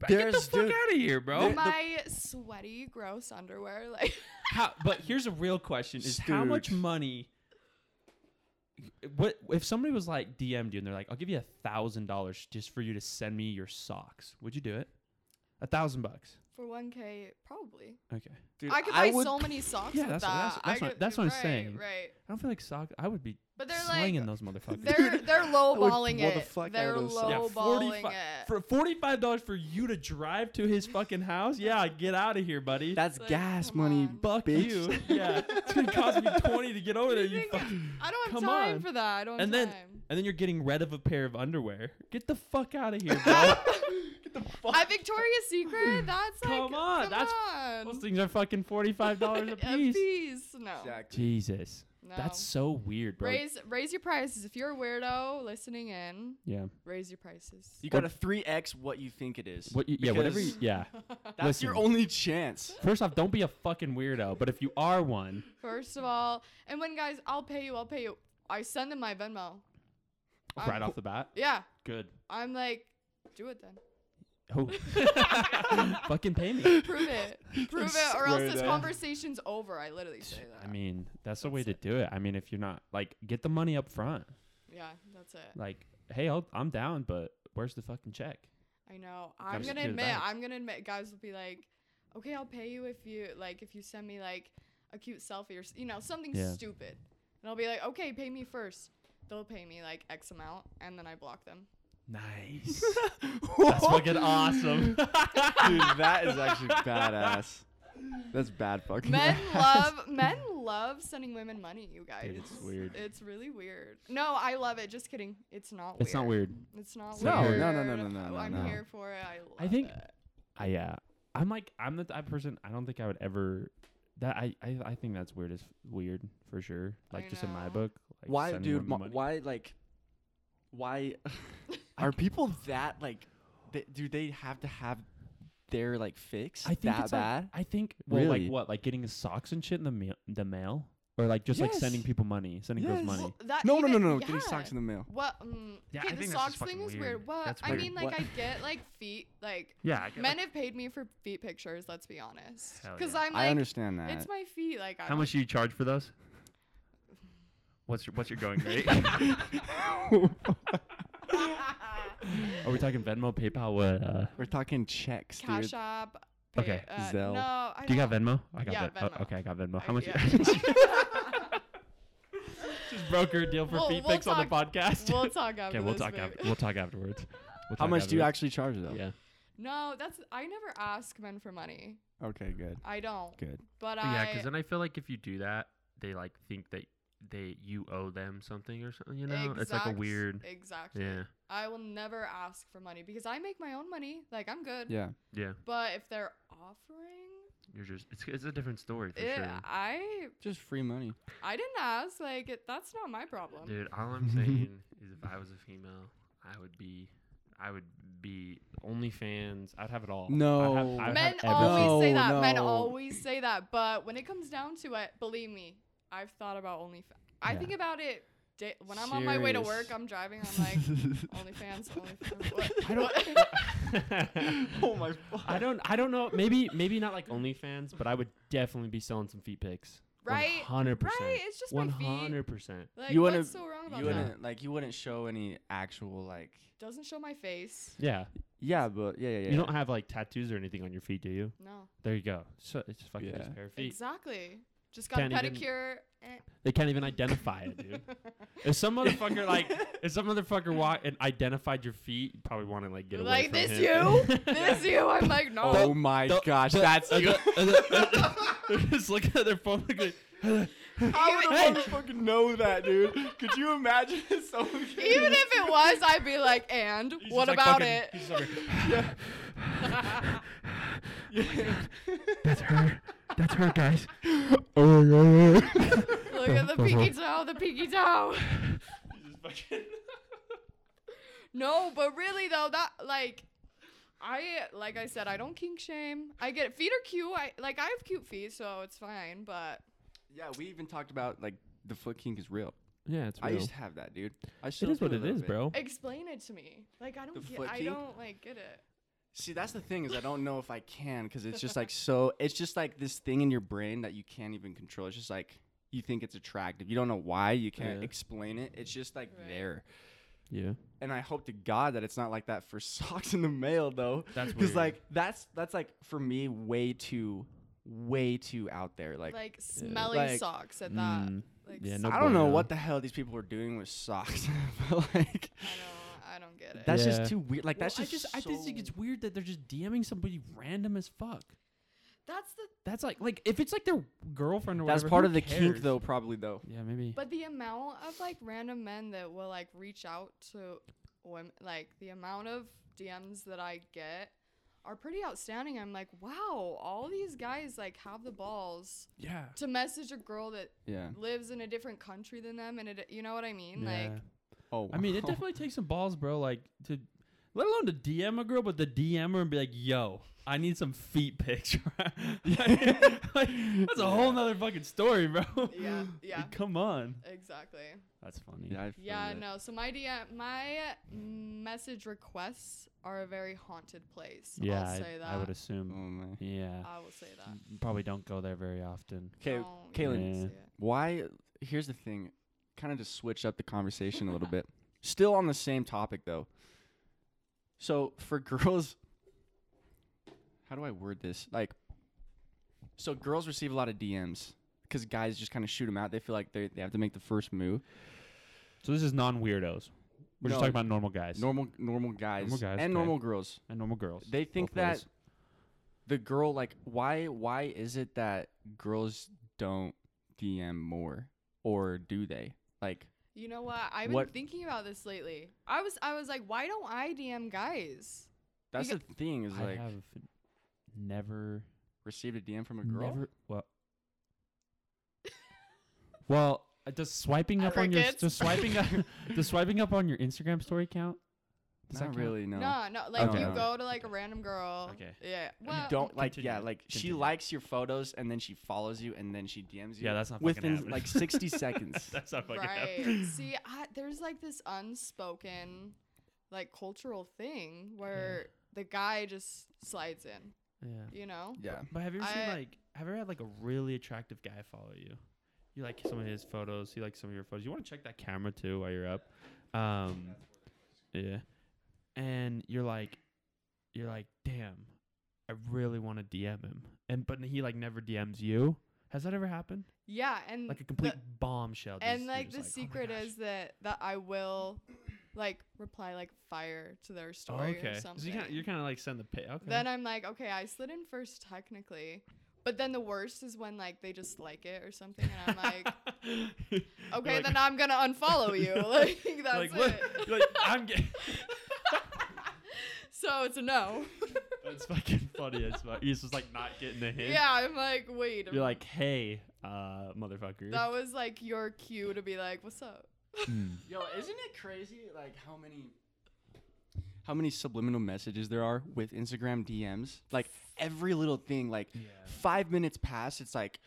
A: Get the
C: There's-
A: fuck
C: dude.
A: out of here, bro.
C: There- the-
B: my sweaty, gross underwear, like,
A: How, but here's a real question: Is how
C: Dude.
A: much money? What if somebody was like DM'd you and they're like, "I'll give you a thousand dollars just for you to send me your socks"? Would you do it? A thousand bucks.
B: for 1K, probably.
A: Okay. I
C: Dude,
B: I could buy
C: would-
B: so many socks
A: Yeah,
B: with
A: that's what-
B: that.
A: that's- that's
B: I
A: what-
B: could-
A: that's what I'm
B: right,
A: saying.
B: Right.
A: don't feel like socks. I would be
B: But they're like,
A: slinging those motherfuckers.
B: they're they're lowballing
C: what the
B: it.
C: fuck
B: they're
C: out of those socks. Yeah,
B: lowballing it.
A: for forty-five dollars for you to drive to his fucking house. Yeah, get out of here, buddy.
C: That's
B: Like,
C: gas
B: come
C: money.
B: on.
A: Fuck
C: bitch.
A: you. Yeah, it's gonna cost me twenty to get over there. You
B: Think-
A: fucking.
B: I don't have
A: Come
B: time
A: on.
B: for that. I don't have
A: And then,
B: time.
A: and then you're getting rid of a pair of underwear. Get the fuck out of here,
B: Um,
A: bro. get the fuck.
B: At Victoria's Secret, that's like
A: Come on,
B: come
A: that's-
B: on.
A: Those things are fucking forty-five dollars a
B: A
A: piece.
B: piece. No.
A: Jesus,
B: no.
A: that's so weird, bro.
B: raise raise your prices. If you're a weirdo listening in,
A: yeah.
B: raise your prices.
C: You got a three x what you think it is.
A: What? You, yeah. Whatever.
C: Because
A: you- yeah.
C: That's your
A: Listen.
C: only chance.
A: First off, don't be a fucking weirdo. But if you are one,
B: First of all, and when guys, I'll pay you, I'll pay you. I send them my Venmo. I'm
A: right off the bat,
B: Yeah.
A: good.
B: I'm like, do it then.
A: Oh. fucking pay me.
B: Prove it. Prove it, or
C: swear
B: else this
C: to-
B: conversation's over. I literally say that.
A: I mean, that's the
B: That's
A: way to
B: it.
A: do it. I mean, if you're not like, get the money up front.
B: yeah, that's it.
A: Like, hey, I'll, I'm down, but where's the fucking check?
B: I know. I'm
A: Gotta
B: gonna
A: secure the
B: admit.
A: bag.
B: I'm gonna admit. Guys will be like, okay, I'll pay you if you like if you send me like a cute selfie or s- you know something
A: Yeah.
B: stupid, and I'll be like, okay, pay me first. They'll pay me like X amount, and then I block them.
A: Nice. that's fucking awesome.
C: Dude, that is actually badass. That's bad fucking.
B: Men
C: badass.
B: love men love sending women money. You guys,
A: it's weird.
B: It's really weird. No, I love it. Just kidding. It's not.
A: It's not weird.
B: It's not
A: No,
B: weird.
C: no, no, no, no, no,
B: Oh,
C: no,
B: I'm
C: no.
B: here for it. I love
A: I think
B: it.
A: I yeah. I'm like I'm the type of person I don't think I would ever that I I, I think that's weird as weird for sure.
B: I
A: Like just in my
B: know.
A: book. Like
C: why,
A: sending
C: dude?
A: women
C: mo-
A: money.
C: why, like, why are people that like? They, do they have to have their like fix
A: I think
C: that
A: it's
C: bad?
A: Like, I think well
C: Really?
A: like what? Like getting his socks and shit in the mail the mail? Or like just like
C: Yes.
A: sending people money, sending girls
C: Yes.
A: money.
B: Well, that
C: no, no,
B: even-
C: no, no, Getting
B: yeah.
C: socks in the mail.
B: What? Um,
A: Yeah, I
B: okay, the
A: think that's just
B: socks thing
A: fucking
B: was
A: weird.
B: weird. What?
A: That's
B: I
A: weird.
B: mean, like,
C: What?
B: I get like feet. Like,
A: yeah, I get
B: men have paid me for feet pictures. Let's be honest.
A: Hell
B: Because
A: yeah.
B: I'm
C: I
B: like,
C: understand that.
B: it's my feet. Like, I
D: How much do you charge for those? What's your, what's your going rate?
A: Are we talking Venmo, PayPal, what uh
C: We're talking checks, dude.
B: Cash App. Pay,
A: Okay.
B: Uh,
C: Zelle.
B: No, I
A: do you got
B: don't-
A: Venmo? I got
B: Yeah,
A: Ven- oh,
B: Venmo.
A: okay, I got Venmo.
B: I-
A: How much?
B: yeah.
A: Just broker a deal for
B: We'll-
A: feet
B: we'll
A: pics on the podcast.
B: We'll talk after.
A: okay, we'll
B: this,
A: talk
B: babe.
A: after, we'll talk afterwards. We'll
C: How
A: talk
C: much do you
A: afterwards.
C: actually charge though?
A: Yeah.
B: No, that's I never ask men for money.
C: Okay, good,
B: I don't.
C: good.
B: But
D: yeah,
B: I.
D: because then I feel like if you do that, they like think that they you owe them something or something. You know, it's like a
B: exact-
D: weird.
B: Exactly.
D: Yeah,
B: I will never ask for money because I make my own money. Like I'm good.
C: Yeah.
D: yeah.
B: But if they're offering,
D: You're just it's it's a different story for
B: it,
D: sure.
B: I
C: Just free money.
B: I didn't ask. Like it, that's not my problem.
D: Dude, all I'm saying is if I was a female, I would be, I would be OnlyFans.
A: I'd have it all.
C: No.
A: I'd have, I'd
B: Men
A: have everything.
B: always say
C: No,
B: that. Men
C: no.
B: always say that. But when it comes down to it, believe me, I've thought about OnlyFans. I
A: Yeah.
B: think about it da- when I'm on my way to work.
C: Serious.
B: I'm driving. I'm like OnlyFans, OnlyFans. What?
C: I don't. oh my. Fuck.
A: I don't. I don't know. Maybe. Maybe not like OnlyFans, but I would definitely be selling some feet pics.
B: Right?
A: Hundred
B: Right?
A: percent.
B: It's just
A: One
B: my feet.
A: hundred percent.
B: Like
C: You wanna-
B: what's so wrong about
C: You
B: that?
C: wouldn't like. You wouldn't show any actual like.
B: Doesn't show my face.
A: Yeah.
C: Yeah, but yeah, yeah, yeah.
A: You don't have like tattoos or anything on your feet, do you?
B: No.
A: There you go. So it's fucking
C: Yeah.
A: just a pair of feet.
B: Exactly. Just got a
A: Can't even-
B: pedicure. eh.
A: They can't even identify it, dude. if some motherfucker like, if some motherfucker walked and identified your feet, you probably want to like get away
B: like
A: from
B: this
A: him.
B: you, this you. I'm like no.
C: Oh my
A: the-
C: gosh,
A: the-
C: that's
A: uh,
C: you.
A: the- uh, the- They're just looking at their phone. Like, "Hey,
C: How would a
A: Hey.
C: motherfucker know that, dude? Could you imagine someone?
B: Even if it was, I'd be like, and
A: he's
B: what
A: just, like,
B: about
A: fucking-
B: it?
A: he's just over here,
E: That's her. That's her, guys. Oh my god.
B: Look at the pinky toe, the pinky toe. no, but really though, that like, I like I said, I don't kink shame. I get feet are cute. I like I have cute feet, so it's fine. But
C: yeah, we even talked about like the foot kink is real.
A: Yeah, it's
C: I
A: real.
C: used to have that, dude. I
A: It
C: still
A: is
C: do
A: what
C: a
A: it
C: little
A: is,
C: bit.
A: bro.
B: explain it to me. Like I don't
C: The
B: get.
C: foot
B: I
C: kink?
B: don't like get it.
C: See, that's the thing is I don't know if I can because it's just like so. It's just like this thing in your brain that you can't even control. It's just like you think it's attractive. You don't know why. You can't
A: Yeah.
C: explain it. It's just like
B: Right.
C: there.
A: Yeah.
C: And I hope to God that it's not like that for socks in the mail though.
D: That's
C: because
D: weird.
C: like that's that's like for me way too way too out there. Like,
B: Like, smelly
C: Like,
B: socks at that.
A: Mm,
B: Like
A: yeah,
B: s-
A: no
C: I don't know
A: bueno.
C: what the hell these people were doing with socks, but like
B: I don't. I don't get it.
C: that's
A: Yeah.
C: just too weird. Like that's
A: Well,
C: just
A: I just I just think
C: so-
A: it's weird that they're just DMing somebody random as fuck.
B: That's the.
A: That's like like if it's like their girlfriend or
C: that's
A: whatever,
C: part
A: who
C: of the kink
A: cares?
C: though, probably though.
A: Yeah, maybe.
B: But the amount of like random men that will like reach out to women, like the amount of DMs that I get are pretty outstanding. I'm like, wow, all these guys like have the balls
A: yeah.
B: to message a girl that
C: Yeah.
B: lives in a different country than them, and it, you know what I mean? Like,
C: Oh,
A: I mean, it
C: wow.
A: definitely takes some balls, bro. Like to, let alone to DM a girl, but the DM her and be like, "Yo, I need some feet pics." right? like, like, that's a whole nother fucking story, bro.
B: yeah,
A: Like,
B: yeah,
A: Come on.
B: exactly.
A: That's funny.
C: Yeah, I feel
B: Yeah,
C: that.
B: no. So my DM, my message requests are a very haunted place.
A: Yeah,
B: I'll
A: I,
B: say that. Uh,
A: I would
C: Oh
A: assume.
C: man.
A: Yeah,
B: I will say that.
A: You probably don't go there very often.
C: Okay,
B: Don't
C: Kaylin.
B: say
A: Yeah.
B: it.
C: Why? Here's the thing. Kind of to switch up the conversation a little bit. Still on the same topic though. So for girls, how do I word this? Like, so girls receive a lot of DMs because guys just kind of shoot them out. They feel like they they have to make the first move.
A: So this is non weirdos. We're
C: No,
A: just talking about normal guys
C: normal normal guys,
A: Normal guys,
C: and
A: okay.
C: normal girls.
A: and normal girls.
C: They think
A: Both
C: that
A: ways.
C: the girl like why why is it that girls don't DM more or do they? Like
B: You know what? I've been
C: What-
B: thinking about this lately. I was I was like, why don't I DM guys?
C: that's
B: You
C: the thing is
A: I
C: like
A: have never
C: received a DM from a girl.
A: Never, well, well, uh, does swiping up on your
B: Crickets.
A: does swiping up does swiping up on your Instagram story count? Does that
C: Not
A: count?
C: really no.
B: No, no. Like
C: Okay.
B: you
C: Okay.
B: go to like a random girl.
A: Okay.
B: Yeah.
C: You
B: Well,
C: don't like yeah,
A: Continue,
C: like she
A: continue.
C: likes your photos and then she follows you and then she DMs you.
A: Yeah, that's not fucking
C: within
A: happening.
C: like 60 seconds.
A: That's not fucking
B: right. See, I, there's like this unspoken, like cultural thing where the guy just slides in.
A: Yeah.
B: You know.
C: Yeah.
A: But have you ever seen
B: I-
A: like have you ever had like a really attractive guy follow you? You like some of his photos. You like some of your photos. You want to check that camera too while you're up. Um, yeah. And you're like, you're like, damn, I really want to DM him. And but he like never DMs you. Has that ever happened?
B: Yeah, and
A: like a
B: the-
A: complete bombshell. just-
B: and
A: you're
B: like the
A: just "Oh my
B: secret
A: gosh."
B: is that that I will, like reply like fire to their
A: Oh,
B: story
A: okay.
B: or
A: So
B: something.
A: you kinda, you're kind of like send the pay. Okay.
B: Then I'm like, okay, I slid in first technically. But then the worst is when like they just like it or something and I'm like,
A: You're
B: okay,
A: like-
B: then I'm going to unfollow you. Like that's
A: like,
B: it.
A: "Look," you're like I'm getting.
B: so it's a no.
A: That's fucking funny as fuck. He's just like not getting the hint.
B: yeah, I'm like, wait.
A: You're like, hey, uh, motherfucker.
B: that was like your cue to be like, what's up?
A: Hmm.
C: Yo, isn't it crazy like how many how many subliminal messages there are with Instagram DMs? Like every little thing, like five minutes past, it's like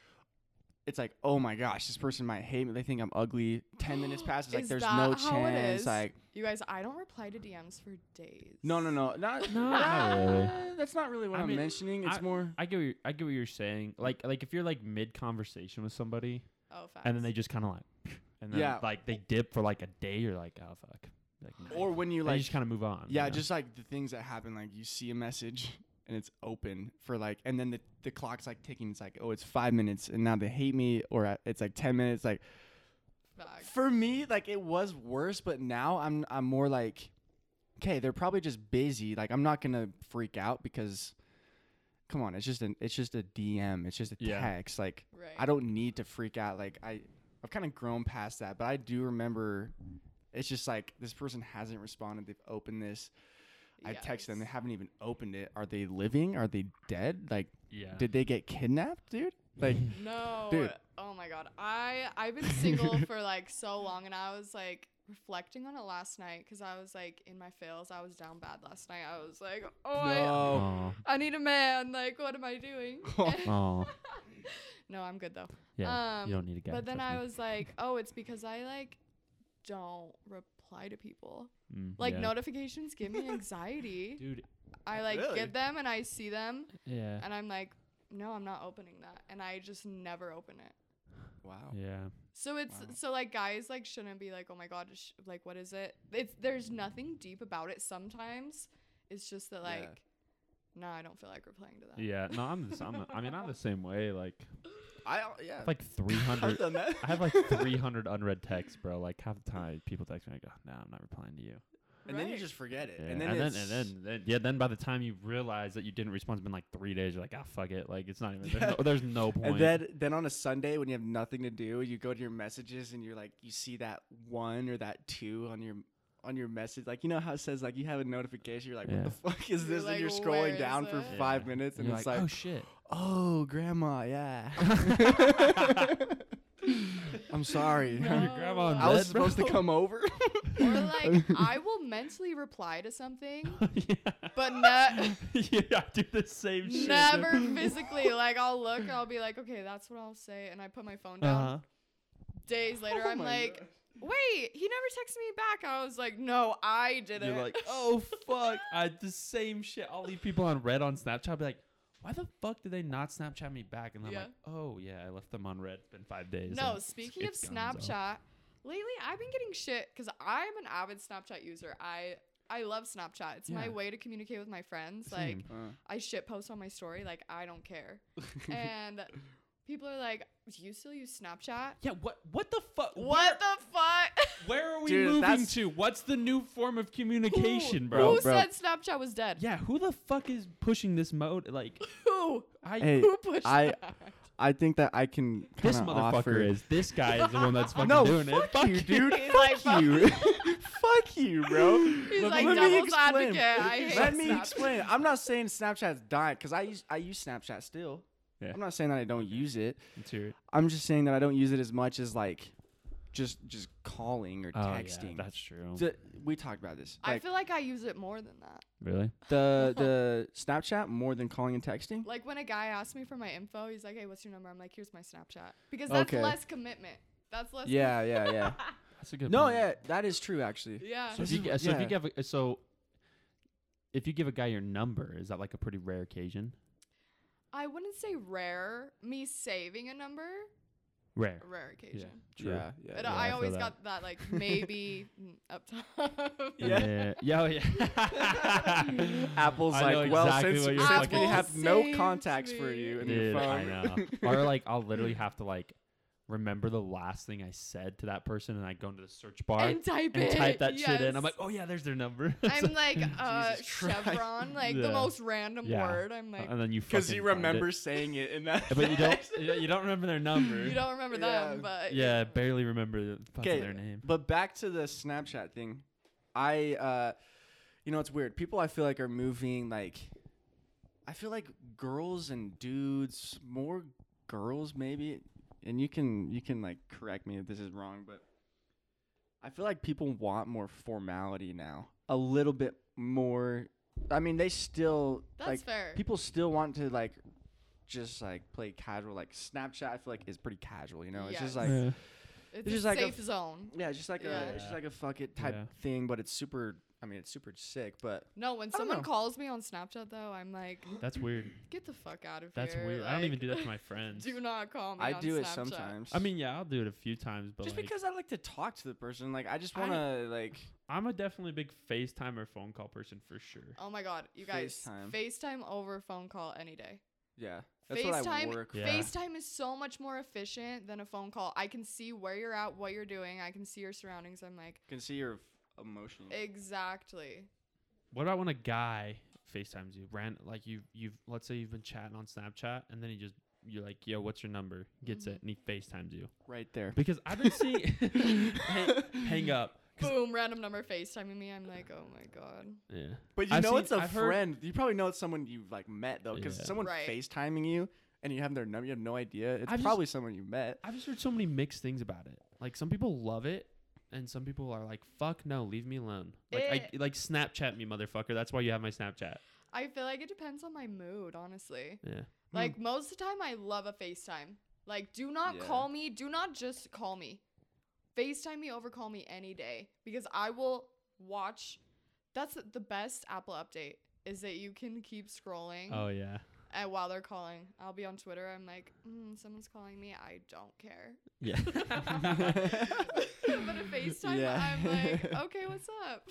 C: it's like, oh my gosh, this person might hate me. They think I'm ugly. Ten minutes past, it's like
B: Is
C: there's
B: that
C: no
B: how it
C: chance.
B: is?
C: Like
B: You guys, I don't reply to DMs for days.
C: no, no, no, not
A: No,
C: uh,
A: not really.
C: That's not really what
A: I
C: I am
A: mean,
C: mentioning. It's more
A: I get what you're, I get what you're saying. Like like if you're like mid conversation with somebody
B: Oh, facts.
A: and then they just kind of like, and then
C: Yeah.
A: like they dip for like a day. You're like, oh fuck. Like,
C: or when you
A: like,
C: like
A: you just kind of move on. you
C: yeah,
A: know?
C: just like the things that happen. Like you see a message and it's open for like, and then the, the clock's like ticking. It's like, oh, it's five minutes, and now they hate me, or I- it's like ten minutes. Like
B: Facts.
C: for me, like it was worse, but now I'm I'm more like, okay, they're probably just busy. Like I'm not gonna freak out because, come on, it's just an it's just a DM, it's just a
A: Yeah.
C: text. Like
B: right.
C: I don't need to freak out. Like I, I've kind of grown past that, but I do remember. It's just like this person hasn't responded. They've opened this. I text them. They
B: Yes.
C: haven't even opened it. Are they living? Are they dead? Like,
D: Yeah.
C: did they get kidnapped, dude? Like,
B: No.
C: Dude.
B: Oh my god. I I've been single for like so long and I was like reflecting on it last night cuz I was like in my feels. I was down bad last night. I was like, "Oh,
A: Oh.
B: I, I need a man. Like what am I doing?"
A: Oh.
B: no, I'm good though.
A: Yeah.
B: Um,
A: you don't need a guy.
B: but then
A: trust
B: I
A: me.
B: was like, "Oh, it's because I like don't reply to people.
A: Mm,
B: Like
A: yeah.
B: notifications give me anxiety.
A: Dude.
B: I like
C: Really?
B: get them and I see them
A: Yeah.
B: and I'm like, "No, I'm not opening that." And I just never open it.
C: wow.
A: Yeah.
B: So it's
C: Wow.
B: so like guys like shouldn't be like oh my god sh- like what is it? It's there's nothing deep about it. Sometimes it's just that
C: Yeah.
B: like nah I don't feel like replying to that.
A: Yeah. No, I'm. The, s- I'm I mean, I'm the same way. Like,
C: I yeah.
A: like 300.
C: done that.
A: I have like 300 unread texts, bro. Like half the time, people text me like, oh, "No, I'm not replying to you."
C: and then you
B: Right.
C: just forget it.
A: Yeah,
C: And then
A: and, then,
C: it's-
A: and then, then- yeah, then by the time you realize that you didn't respond, it's been like three days. You're like, ah, fuck it. Like, it's not even. There's,
C: Yeah.
A: no, there's no point.
C: And then, then on a Sunday when you have nothing to do, you go to your messages and you're like, you see that one or that two on your on your message. Like you know how it says like you have a notification. You're like,
A: Yeah.
C: what the fuck is
B: You're
C: this? and
B: like,
C: you're
B: "Where
C: scrolling
B: is
C: down for
B: it?"
C: five minutes and
A: you're
C: it's like,
A: oh shit.
C: oh, grandma, yeah. I'm sorry.
B: No.
A: Grandma in
C: I was
A: bed, bro.
C: supposed to come over.
B: Or like I will mentally reply to something
C: Oh,
A: yeah.
B: but not
A: yeah, I do the same shit.
B: never physically like I'll look I'll be like okay that's what I'll say and I put my phone down.
A: Uh-huh.
B: Days later
C: Oh
B: I'm
C: my
B: like
C: God.
B: wait he never texted me back. I was like no I didn't.
A: You're like, oh fuck, I the same shit. I'll leave people on red on Snapchat. I'll be like, why the fuck did they not Snapchat me back? And I'm
B: Yeah.
A: like, oh yeah, I left them on red. It's been five days.
B: No,
A: and
B: speaking of
A: it's gonzo."
B: Snapchat, lately I've been getting shit because I'm an avid Snapchat user. I I love Snapchat. It's my
A: Yeah.
B: way to communicate with my friends. Like
A: Same.
B: I shit post on my story. Like I don't care. and people are like, "Do you still use Snapchat?
A: yeah, what what the fuck?
B: What the fuck?
A: Where are we
C: Dude,
A: moving
C: that's-
A: to? What's the new form of communication,
B: who,
A: bro?
B: Who
C: bro.
B: said Snapchat was dead?
A: Yeah, who the fuck is pushing this mode? Like,
B: Who?
A: I
C: Hey,
B: Who pushed
C: I-
B: that?
C: I think that I can. Kinda
A: this motherfucker
C: offer-
A: is. This guy is the one that's fucking
C: no,
A: doing
C: fuck
A: it. Fuck
C: you, dude.
B: He's like,
C: fuck you. fuck you, bro.
B: He's like devil's advocate. I hate
C: Let me
B: Snapchat.
C: explain. I'm not saying Snapchat's dying because I use I use Snapchat still.
A: Yeah.
C: I'm not saying that I don't use it.
A: Let's hear it.
C: I'm just saying that I don't use it as much as like just just calling or
A: Oh, yeah,
C: texting.
A: that's true.
C: The- we talked about this.
B: I
C: Like
B: feel like I use it more than that.
A: Really?
C: the the Snapchat more than calling and texting.
B: Like when a guy asks me for my info, he's like, "Hey, what's your number?" I'm like, "Here's my Snapchat," because that's
C: Okay.
B: less commitment. That's less.
C: Yeah, yeah, yeah.
A: That's a good.
C: no,
A: point.
C: yeah, that is true actually.
B: yeah.
A: So if,
C: This
A: you,
C: is
A: g-
C: what-
A: so if
C: yeah.
A: you give a, so if you give a guy your number, is that like a pretty rare occasion?
B: I wouldn't say rare. Me saving a number,
A: Rare.
B: a rare occasion.
C: Yeah, yeah.
B: But
A: yeah, I
B: I
A: feel
B: always
A: that.
B: got that like maybe mm, up top.
C: Yeah.
A: Yeah. Yeah. oh, yeah.
C: Apple's
A: I know
C: like, well,
A: exactly
C: since,
A: what you're
C: since we
A: fucking-
C: have
B: Apple
C: no
B: saved
C: contacts for
B: me.
C: you in your
A: Dude,
C: phone.
A: I know. or like, I'll literally have to like remember the last thing I said to that person, and I go into the search bar
B: and type
A: and
B: it.
A: type that shit in.
B: yes.
A: I'm like, oh yeah, there's their number. It's
B: I'm like uh,
C: Jesus Christ.
B: chevron, like
A: Yeah.
B: the most random
A: Yeah. Uh,
B: word. I'm like,
A: and then you
C: Because
A: fucking
C: you
A: find it.
C: remember saying it in that.
A: but you don't you don't- you don't remember their number.
B: you don't remember
C: Yeah.
B: them, but
A: Yeah, barely remember the fucking
C: Okay,
A: their name.
C: But back to the Snapchat thing. I, uh, you know, it's weird. People I feel like are moving like, I feel like girls and dudes, more girls maybe, and you can you can like correct me if this is wrong, but I feel like people want more formality now, a little bit more. I mean, they still
B: that's
C: like
B: fair.
C: people still want to like just like play casual like snapchat i feel like is pretty casual you know it's just
B: Yes.
C: like
B: it's
C: just
B: a
C: like a
B: safe
C: f-
B: zone.
C: yeah, it's just like a it's just
A: Yeah.
C: like a fuck it type
A: Yeah.
C: thing, but it's super I mean, it's super sick, but
B: No, when
C: don't
B: someone
C: know.
B: calls me on Snapchat though, I'm like,
A: That's weird.
B: get the fuck out of
A: That's
B: here.
A: weird. I don't even
B: like,
A: do that to my friends.
B: do not call me.
C: I
B: on
C: do it
B: Snapchat.
C: sometimes.
A: I mean, yeah, I'll do it a few times, but
C: just
A: like,
C: because I like to talk to the person, like I just
A: I-
C: want to like.
A: I'm a definitely big FaceTime or phone call person for sure.
B: Oh my god, you guys,
C: FaceTime.
B: FaceTime, over phone call any day.
C: Yeah, that's what I
B: FaceTime-
C: work.
A: Yeah.
B: FaceTime is so much more efficient than a phone call. I can see where you're at, what you're doing. I can see your surroundings. I'm like,
C: Can see your f- emotion.
B: exactly.
A: What about when a guy FaceTimes you? Ran like you you've let's say you've been chatting on Snapchat and then he just you're like, yo, what's your number? Gets
C: Mm-hmm.
A: it and he FaceTimes you.
C: right there.
A: Because I've been seeing hang, hang up. 'Cause-
B: Boom, random number FaceTiming me. I'm like, oh my god.
A: Yeah.
C: But you
A: I've
C: know
A: seen-
C: it's a
A: I've heard-
C: friend. You probably know it's someone you've like met though, because
A: Yeah.
C: someone
B: Right.
C: FaceTiming you and you have their number. You have no idea. It's
A: I've just-
C: probably someone you met.
A: I've just heard so many mixed things about it. Like some people love it, and some people are like, "Fuck no, leave me alone." Like I
B: Eh.
A: like Snapchat me, motherfucker. That's why you have my Snapchat.
B: I feel like it depends on my mood, honestly.
A: Yeah.
B: Like most of the time, I love a FaceTime. Like, do not
C: Yeah.
B: call me. Do not just call me. FaceTime me over call me any day because I will watch. That's the best Apple update is that you can keep
C: Mm.
B: scrolling
A: Oh yeah.
B: and while they're calling. I'll be on Twitter. I'm like, mm, someone's calling me. I don't care.
A: Yeah.
B: but a FaceTime,
C: Yeah.
B: I'm like, okay, what's up?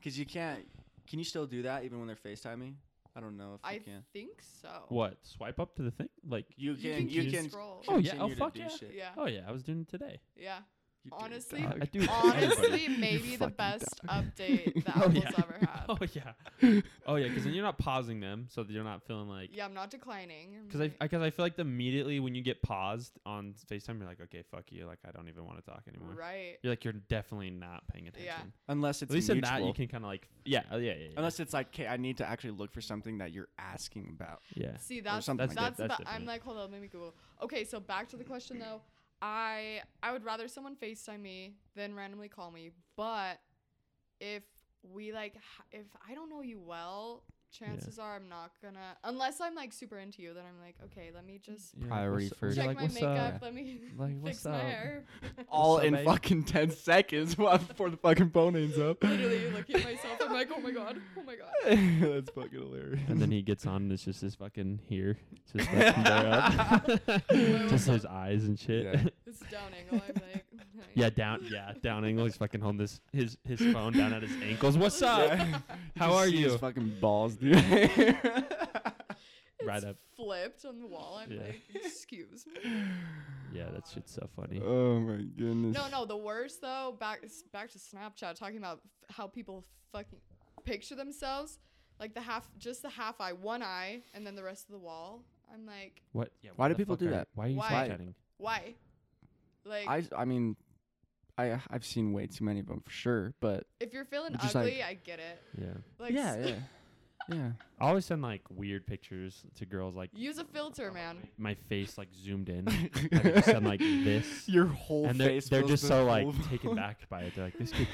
C: Because you can't. Can you still do that even when they're FaceTiming? I don't know if
B: I
C: you can.
B: think so.
A: what? Swipe up to the thing? Like.
C: You
B: You
C: can.
B: can
C: You
B: keep
C: can.
B: scroll.
A: Oh, yeah.
C: continue
A: Oh,
C: to
A: fuck
C: do
A: yeah.
C: shit.
B: Yeah,
A: Oh yeah, I was doing it today.
B: yeah.
C: You dirty
B: Honestly,
C: dog.
A: I do. it to everybody.
B: Honestly, maybe the
C: fucking
B: best update that
A: Oh,
B: Apple's
A: yeah.
B: ever had.
A: Oh yeah. Oh yeah, because then you're not pausing them, so that you're not feeling like.
B: yeah, I'm not declining. I'm
A: Because I,
B: like-
A: because I feel like immediately when you get paused on FaceTime, you're like, okay, fuck you. Like I don't even want to talk anymore.
B: right.
A: You're like, you're definitely not paying attention.
C: Unless it's
A: At least in that you
C: mutual.
A: can kind of like, yeah, yeah, yeah. yeah.
C: Unless it's like, okay, I need to actually look for something that you're asking about.
A: yeah.
B: See, that's
C: something
B: that's,
A: that.
B: that's,
C: like
A: That's
B: the- I'm
A: different.
B: like, hold on, let me Google. Okay, so back to the question though. I I would rather someone FaceTime me than randomly call me, but if we like ha- if I don't know you well, chances are I'm not gonna unless I'm like super into you, then I'm like, okay, let me just
A: You're like,
E: Priority
A: "What's up?"
E: first.
A: You're
B: check
A: like,
B: my
A: "What's
B: makeup,
A: up?"
B: let me
A: Like, what's
B: fix my
A: up?
B: hair.
C: All
A: up,
C: in
A: babe?
C: fucking ten seconds while- before the fucking phone ends up.
B: Literally looking at myself, I'm like, oh my god, oh my god.
C: That's fucking hilarious.
A: And then he gets on, and it's just his fucking here, It's just, fucking there up. just his eyes and shit. Yeah,
C: Yeah.
B: It's down angle. I'm like, nice.
A: down, yeah, down angle. He's fucking holding this his his phone down at his ankles. What's up? How are you?
C: fucking balls, dude.
A: Right
B: It's
A: up.
B: flipped on the wall. I'm
A: Yeah.
B: like, excuse me.
A: Yeah, that shit's so funny.
C: oh my goodness.
B: No, no. The worst though, back s- back to Snapchat, talking about f- how people fucking picture themselves, like the half, just the half eye, one eye, and then the rest of the wall. I'm like,
A: What? Yeah,
C: Why
A: what
C: do
A: the
C: people
A: fuck
C: do
A: are-
C: that?
A: Why are you
B: Why?
A: Snapchatting?
B: why? Like,
C: I I mean, I I've seen way too many of them for sure, but
B: if you're feeling
C: just like-
B: ugly, I get it.
A: Yeah,
B: Like, s-
C: yeah, yeah.
A: I always send like weird pictures to girls, like oh,
B: use a filter, man.
A: my face like zoomed in. I just send like this.
C: Your whole
A: and they're,
C: face.
A: they're
C: fills
A: just
C: the
A: so like
C: whole
A: taken
C: phone.
A: back by it. They're like, this kid,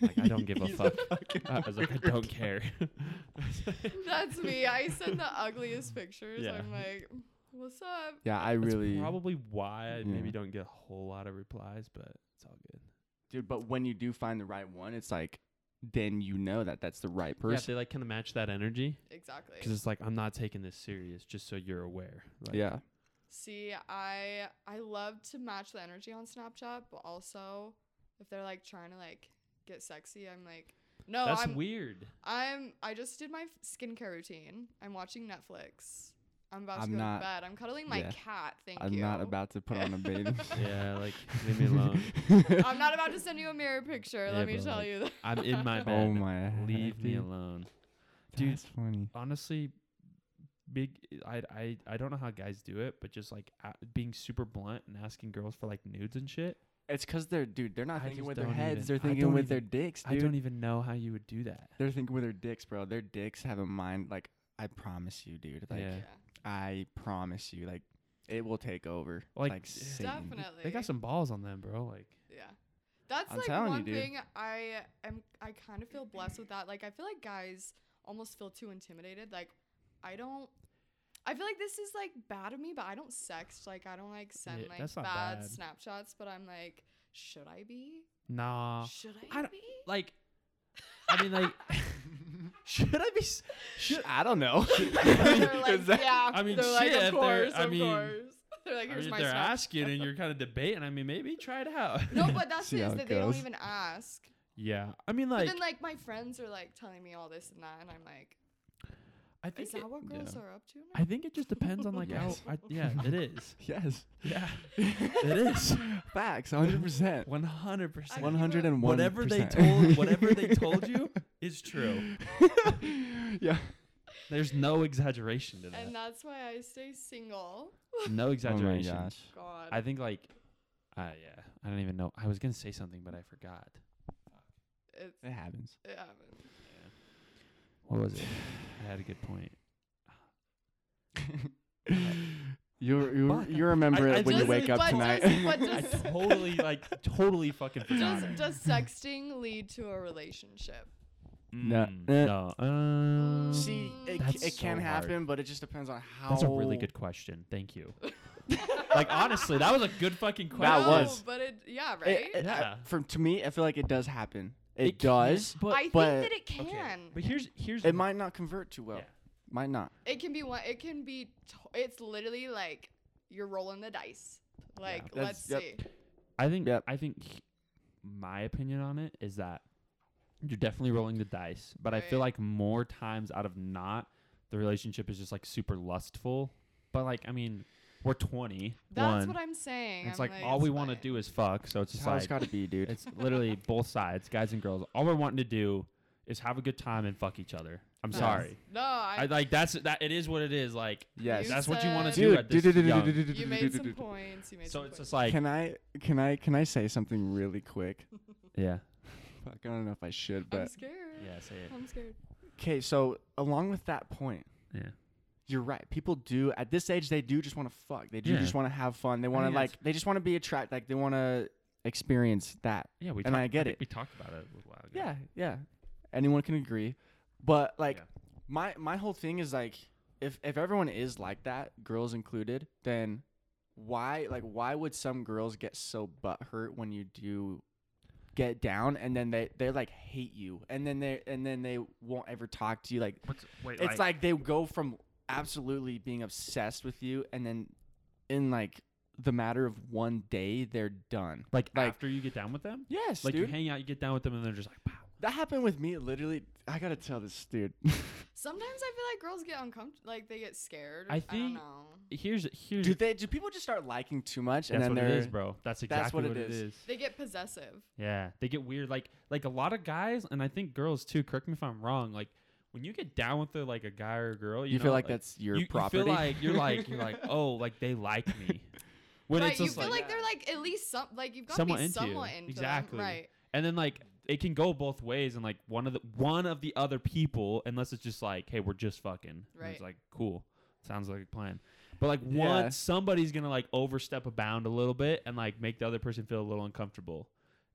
A: like, I don't give a
C: He's
A: fuck. Uh,
C: fucking
A: I was like, I
C: weirdo.
A: don't care.
B: That's me. I send the ugliest pictures.
A: Yeah.
B: I'm like, what's up?
C: Yeah, I
A: That's
C: really.
A: probably why I maybe
C: Yeah.
A: don't get a whole lot of replies, but it's all good.
C: dude, but when you do find the right one, it's like, then you know that that's the right
A: Yeah, if
C: person.
A: they like kind of match that energy
B: Exactly.
A: because it's like I'm not taking this serious, just so you're aware. Like,
C: Yeah.
B: See, I I love to match the energy on Snapchat, but also if they're like trying to like get sexy, I'm like, no,
A: that's
B: Oh, I'm
A: weird.
B: I'm I just did my f- skincare routine. I'm watching Netflix. I'm about to
C: I'm
B: go
C: not-
B: to bed. I'm cuddling my
C: yeah.
B: cat. Thank
C: I'm
B: you.
C: not about to put on a baby.
A: Yeah, like leave me alone.
B: I'm not about to send you a mirror picture.
A: Yeah,
B: let me
A: but,
B: tell
A: like,
B: you that.
A: I'm in my bed.
C: oh my.
A: leave
C: heck,
A: me
C: dude.
A: alone. Dude.
C: That's funny.
A: honestly big I, I i don't know how guys do it but just like a being super blunt and asking girls for like nudes and shit
C: It's because they're dude. They're not
A: I
C: thinking
A: just
C: with their
A: don't
C: heads.
A: even- I
C: They're thinking
A: don't
C: with
A: even-
C: their dicks,
A: i
C: dude.
A: don't even know how you would do that
C: They're thinking with their dicks, bro. Their dicks have a mind. Like I promise you, dude. Like
A: Yeah.
B: yeah,
C: I promise you, like it will take over.
A: Like,
C: Like,
A: yeah.
C: Satan.
B: definitely.
A: they got some balls on them bro like
B: Yeah. That's
C: I'm
B: like
C: telling you,
B: one
C: dude.
B: thing I am I kind of feel blessed with that. Like I feel like guys almost feel too intimidated. Like I don't I feel like this is like bad of me, but I don't sext. Like I don't like send
A: Yeah,
B: like
A: that's
B: bad,
A: not bad.
B: snapshots, but I'm like, should I be?
A: nah
B: should
A: I
B: I,
A: don't-
B: be?
A: like I mean, like, should I be? s- Should,
C: I don't know.
B: they're like,
C: Is that-
B: yeah.
A: I mean,
B: they're like,
A: shit,
B: of
A: if they're-
B: course,
A: I
B: of
A: mean-
B: course. They're like,
A: I
B: here's
A: mean,
B: my
A: they're
B: stuff.
A: asking and you're kind of debating. I mean, maybe try it out.
B: No, but that's
C: See
B: it,
C: how
B: is
C: it
B: that they don't
C: goes.
B: even ask.
A: yeah, I mean,
B: But
A: like,
B: then, like, my friends are like telling me all this and that, and I'm like,
A: I
B: is
A: think
B: that
A: it,
B: what girls
C: yeah.
B: are up to?
A: I think it just depends on like
C: Yes.
A: how. I, yeah, it is.
C: yes.
A: Yeah, it is.
C: Facts, 100%.
A: One hundred percent.
B: One-
C: 101
A: Whatever they told, whatever they told you is true.
C: yeah.
A: There's no exaggeration to
B: And
A: that.
B: that's why I stay single.
A: No exaggeration.
C: Oh
B: God.
A: I think like, uh, yeah. I don't even know. I was gonna say something, but I forgot.
B: it's,
C: It happens.
B: it happens.
A: What was it? I had a good point.
C: You you
A: But-
C: you remember
A: I- I
C: it when you
A: just-
C: wake up
B: but
C: tonight.
B: just- but
A: I
B: just-
A: totally like totally fucking forgot.
B: Does, does sexting lead to a relationship?
C: No.
A: Mm, No. Um,
C: See, it,
A: That's
C: it can
A: so hard.
C: happen, but it just depends on how.
A: That's a really good question. Thank you. like honestly, that was a good fucking question.
C: That
B: no,
C: was.
B: But it, yeah, right?
C: It, it- I-
A: Yeah.
C: for to me, I feel like it does happen. It,
A: can-
C: does.
A: but
B: I think
C: but-
B: that it can.
A: okay. But here's here's
C: It might not convert too well.
A: Yeah.
C: Might not.
B: It can be one. It can be. To- it's literally like you're rolling the dice. Like
C: That's-
B: let's
C: yep.
B: see.
A: I think
C: Yep.
A: I think h- my opinion on it is that you're definitely rolling the dice, but I feel
B: Right.
A: like more times out of not, the relationship is just like super lustful. But like, I mean, we're 20.
B: That's
A: one,
B: what I'm saying.
A: and It's
B: I'm
A: like, all we
B: it's
A: want to
B: fine.
A: do is fuck, so it's
C: It's
A: just
C: how
A: like
C: it's got to be, dude.
A: it's literally both sides, guys and girls. All we're wanting to do is have a good time and fuck each other. I'm
B: Yes.
A: sorry.
B: No,
A: I
B: I.
A: like that's that. It is what it is. Like
C: yes.
B: You
A: that's what you want to
B: said-
A: do at this young.
B: you made some points. You made
A: So
B: some
A: it's
B: points.
A: just like
C: Can I can I can I say something really quick?
A: yeah,
C: Fuck, I don't know if I should,
B: I'm
C: but
B: scared.
A: yeah. Say it.
B: I'm scared.
C: okay. So along with that point,
A: Yeah.
C: You're right. People do at this age they do just want to fuck. They do
A: Yeah.
C: just want to have fun. They
B: Oh,
C: want to
D: think
C: like
D: that's-
C: they just want to be attracted. Like they want to experience that.
D: Yeah, we
C: And I get it.
D: We talked about it a little while ago.
C: Yeah, yeah. Anyone can agree. But like
D: Yeah.
C: my my whole thing is like if if everyone is like that, girls included, then why like why would some girls get so butthurt when you do get down and then they they like hate you and then they and then they won't ever talk to you like
D: What's wait?
C: it's like they go from absolutely being obsessed with you and then in like the matter of one day they're done
A: Like,
C: Like-
A: after you get down with them,
C: yes
A: like
C: dude
A: you hang out, you get down with them, and they're just like, wow.
C: that happened with me literally i gotta tell this dude
B: Sometimes I feel like girls get uncomfortable. Like they get scared.
A: I
B: I, don't
A: think-
B: know.
A: Here's here's
C: do they do people just start liking too much
A: that's
C: and then
A: what
C: they're
A: it is, bro. That's exactly
C: what it
A: what, it
C: is.
A: is.
B: They get possessive.
A: Yeah, they get weird. Like like a lot of guys, and I think girls too. Correct me if I'm wrong. Like when you get down with a, like a guy or a girl,
C: you,
A: you, know,
C: feel like, that's your
A: you, you
C: property
A: feel like you're like you're like oh like they like me. When
B: right,
A: it's
B: you
A: just
B: feel like,
A: like,
B: they're like at least some like you've got to
A: Somewhat
B: be
A: into
B: somewhat
A: you.
B: into them,
A: Exactly.
B: right.
A: and then like it can go both ways, and like one of the one of the other people, unless it's just like hey we're just fucking. And
B: Right.
A: it's like cool, sounds like a plan. But like
C: Yeah.
A: once somebody's gonna like overstep a bound a little bit and like make the other person feel a little uncomfortable,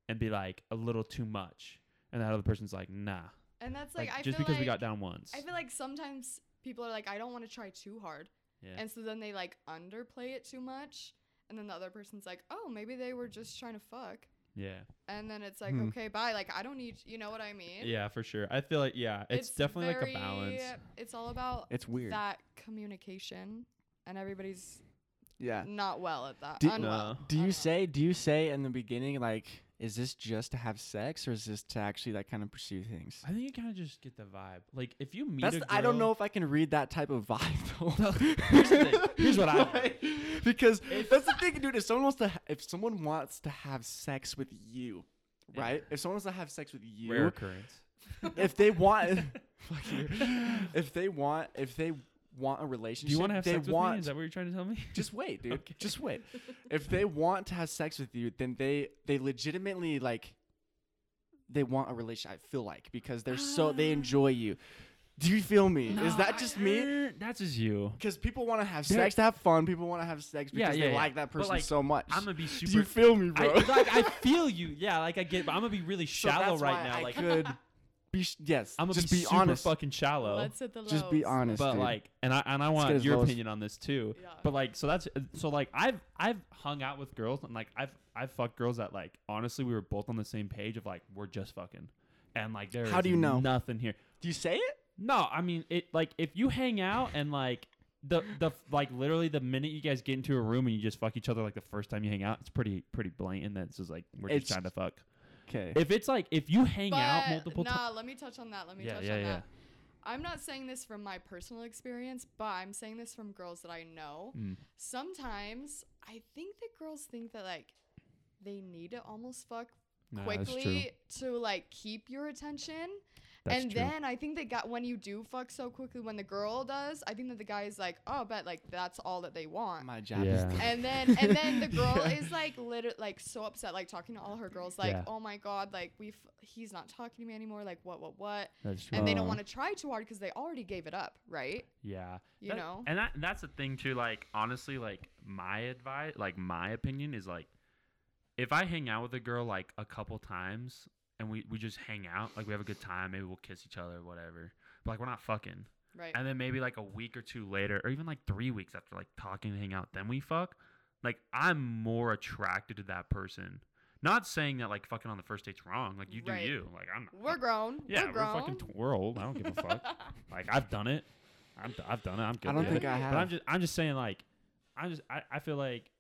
A: and be like a little too much, and that other person's like nah.
B: And that's like, I
A: just
B: feel
A: because
B: like
A: we got down once.
B: I feel like sometimes people are like, I don't want to try too hard.
A: Yeah.
B: And so then they like underplay it too much. And then the other person's like, oh, maybe they were just trying to fuck.
A: yeah,
B: And then it's like,
C: Hmm.
B: okay, bye. Like, I don't need, you know what I mean?
A: yeah, for sure. I feel like yeah, it's, definitely like a
B: very-
A: balance.
B: It's all about
C: it's weird
B: that communication. And everybody's
C: yeah
B: not well at that.
C: Do-
B: unwell.
C: do you
B: unwell.
C: say do you say in the beginning like is this just to have sex or is this to actually like kind of pursue things
A: I think you kind of just get the vibe. Like if you meet,
C: That's
A: a
C: I don't
A: girl-
C: know if I can read that type of vibe. Though.
A: here's the thing. Here's what I-
C: Like, because that's the thing, dude. If someone wants to, ha- if someone wants to have sex with you,
A: Yeah.
C: right? If someone wants to have sex with you,
A: rare occurrence.
C: if they want, fuck you. If they want, if they want a relationship,
A: Do you want to have
C: they
A: sex with
C: want.
A: me? Is that what you're trying to tell me?
C: just wait, dude.
A: Okay.
C: Just wait. If they want to have sex with you, then they they legitimately like they want a relationship. I feel like because they're so
A: Ah.
C: they enjoy you. Do you feel me? Is that just me?
A: That's just you.
C: Because people want to have
A: They're-
C: sex to have fun. People want to have sex
A: Yeah,
C: because
A: yeah,
C: they
A: yeah.
C: like that
A: But,
C: person
A: like,
C: so much.
A: I'm gonna be super.
C: Do you feel me,
A: I,
C: bro?
A: like, I feel you. Yeah, like I get. But I'm gonna be really
C: So
A: shallow
C: that's
A: right
C: why
A: now.
C: I
A: like
C: could be sh- yes.
A: I'm gonna
C: just
A: be,
C: be,
A: super
C: honest.
A: fucking shallow.
B: Let's hit the
C: just be
B: lows.
C: honest.
A: but
C: dude.
A: like, and I and I
C: get
A: want
C: as
A: your
C: low as-
A: opinion on this too.
B: Yeah.
A: But like, so that's so like I've I've hung out with girls and like I've I've fucked girls that like honestly we were both on the same page of like we're just fucking. and like there
C: How
A: is
C: do you know?
A: nothing here.
C: Do you say it?
A: No, I mean it. Like if you hang out and like the the like literally the minute you guys get into a room and you just fuck each other like the first time you hang out, it's pretty pretty blatant that it's just like we're just
C: It's-
A: trying to fuck.
C: Okay.
A: If it's like if you hang
B: but
A: out multiple times,
B: nah, let me touch on that. Let me
A: yeah,
B: touch
A: yeah,
B: on
A: yeah.
B: that. I'm not saying this from my personal experience, but I'm saying this from girls that I know.
A: Mm.
B: Sometimes I think that girls think that like they need to almost fuck
A: Nah, that's true.
B: quickly to like keep your attention.
A: That's
B: and
A: true.
B: then I think that got when you do fuck so quickly when the girl does, I think that the guy is like, "Oh, but like that's all that they want."
C: My job is
A: Yeah.
C: to-
B: and then and then the girl
C: Yeah.
B: is like literally like so upset like talking to all her girls like
A: Yeah.
B: oh my god like we've he's not talking to me anymore like what what what
A: that's true.
B: and they don't
C: Uh.
B: want to try too hard because they already gave it up right
A: yeah,
B: you
D: That-
B: know
D: and that that's the thing too like honestly like my advice like my opinion is like if i hang out with a girl like a couple times and we, we just hang out like we have a good time maybe we'll kiss each other whatever but like we're not fucking
B: right
D: and then maybe like a week or two later or even like three weeks after like talking and hang out then we fuck like i'm more attracted to that person not saying that like fucking on the first date's wrong like you do
B: Right.
D: you like i'm
B: we're grown
D: yeah
B: we're
D: we're,
B: grown
D: fucking
A: Fucking we're old. I don't give a fuck. Like I've done it. I'm, I've done it. I'm good.
C: I don't
A: at
C: think
A: it.
C: I
A: But I'm
C: have.
A: just I'm just saying like I'm just I, I feel like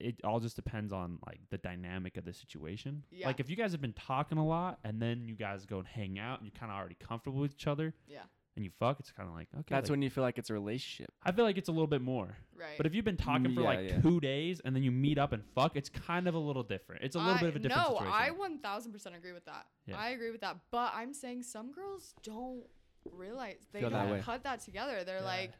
A: it all just depends on like the dynamic of the situation.
B: Yeah.
A: Like if you guys have been talking a lot and then you guys go and hang out and you're kind of already comfortable with each other
B: yeah
A: and you fuck, it's kind of like okay.
C: That's
A: like-
C: when you feel like it's a relationship.
A: I feel like it's a little bit more.
B: right
A: But if you've been talking for
C: Mm, Yeah,
A: like
C: yeah.
A: two days and then you meet up and fuck, it's kind of a little different. It's a little
B: I-
A: bit of a different
B: no
A: situation.
B: i 1000 percent agree with that
A: Yeah.
B: i agree with that but i'm saying some girls don't realize they
C: Feel that
B: don't
C: way.
B: cut that together they're
A: Yeah.
B: like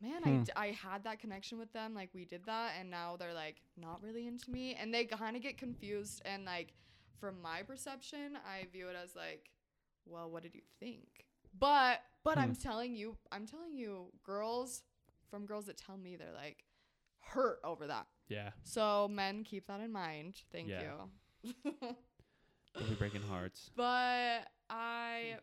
B: man I
C: Hmm.
B: d- I, had that connection with them like we did that and now they're like not really into me and they kind of get confused and like from my perception i view it as like well what did you think but but
C: Hmm.
B: i'm telling you i'm telling you girls from girls that tell me they're like hurt over that
A: yeah,
B: so men keep that in mind thank
A: Yeah.
B: you
A: they'll be breaking hearts.
B: but I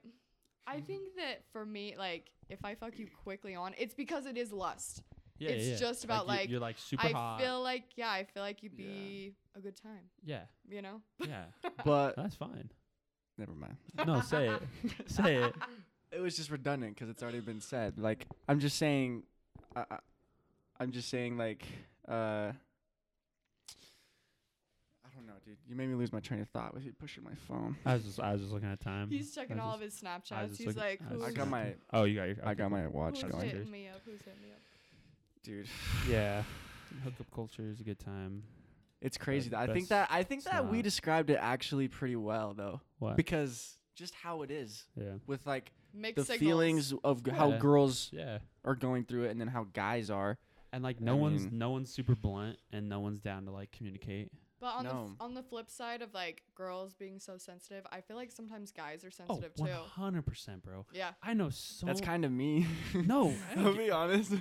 B: I
A: Hmm.
B: think that for me, like if I fuck you quickly on, it's because it is lust.
A: Yeah,
B: It's
A: yeah, yeah.
B: just about,
A: you-
B: like,
A: you're like super
B: I
A: hot.
B: feel like yeah, I feel like you'd
C: Yeah.
B: be a good time,
A: yeah,
B: you know?
A: yeah.
C: But
A: That's fine.
C: never mind.
A: No, say it. say it.
C: It was just redundant because it's already been said. Like I'm just saying, I, I, I'm just saying like, uh, I don't know, dude. You made me lose my train of thought with you pushing my phone.
A: I was just I was just looking at time.
B: He's
A: Um,
B: checking
A: I
B: all
A: just-
B: of his
A: I was
B: Snapchats.
A: just
B: He's
A: looking-
B: like,
A: I was
B: who's,
C: I got my
A: Oh, you got your.
C: I got my watch
B: who's
C: going,
B: hitting
A: Upstairs.
B: me up? Who's hitting me up?
C: dude.
A: Yeah. Hookup culture is a good time.
C: It's crazy.
A: That-
C: that I think
A: that's-
C: that I think
A: it's
C: that we
A: not-
C: described it actually pretty well though,
A: What?
C: because just how it is
A: yeah.
C: with like
B: Mixed
C: the
B: signals.
C: feelings of g- how
A: Yeah.
C: girls
A: Yeah.
C: are going through it and then how guys are.
A: And like no
C: I
A: one's
C: mean-
A: no one's super blunt and no one's down to like communicate.
B: But on the
C: No.
B: f- on the flip side of like girls being so sensitive, I feel like sometimes guys are sensitive
A: oh,
B: too.
A: 100%, bro.
B: Yeah.
A: I know so
C: That's kind of me.
A: No, I
C: I'll
A: don't
C: be honest.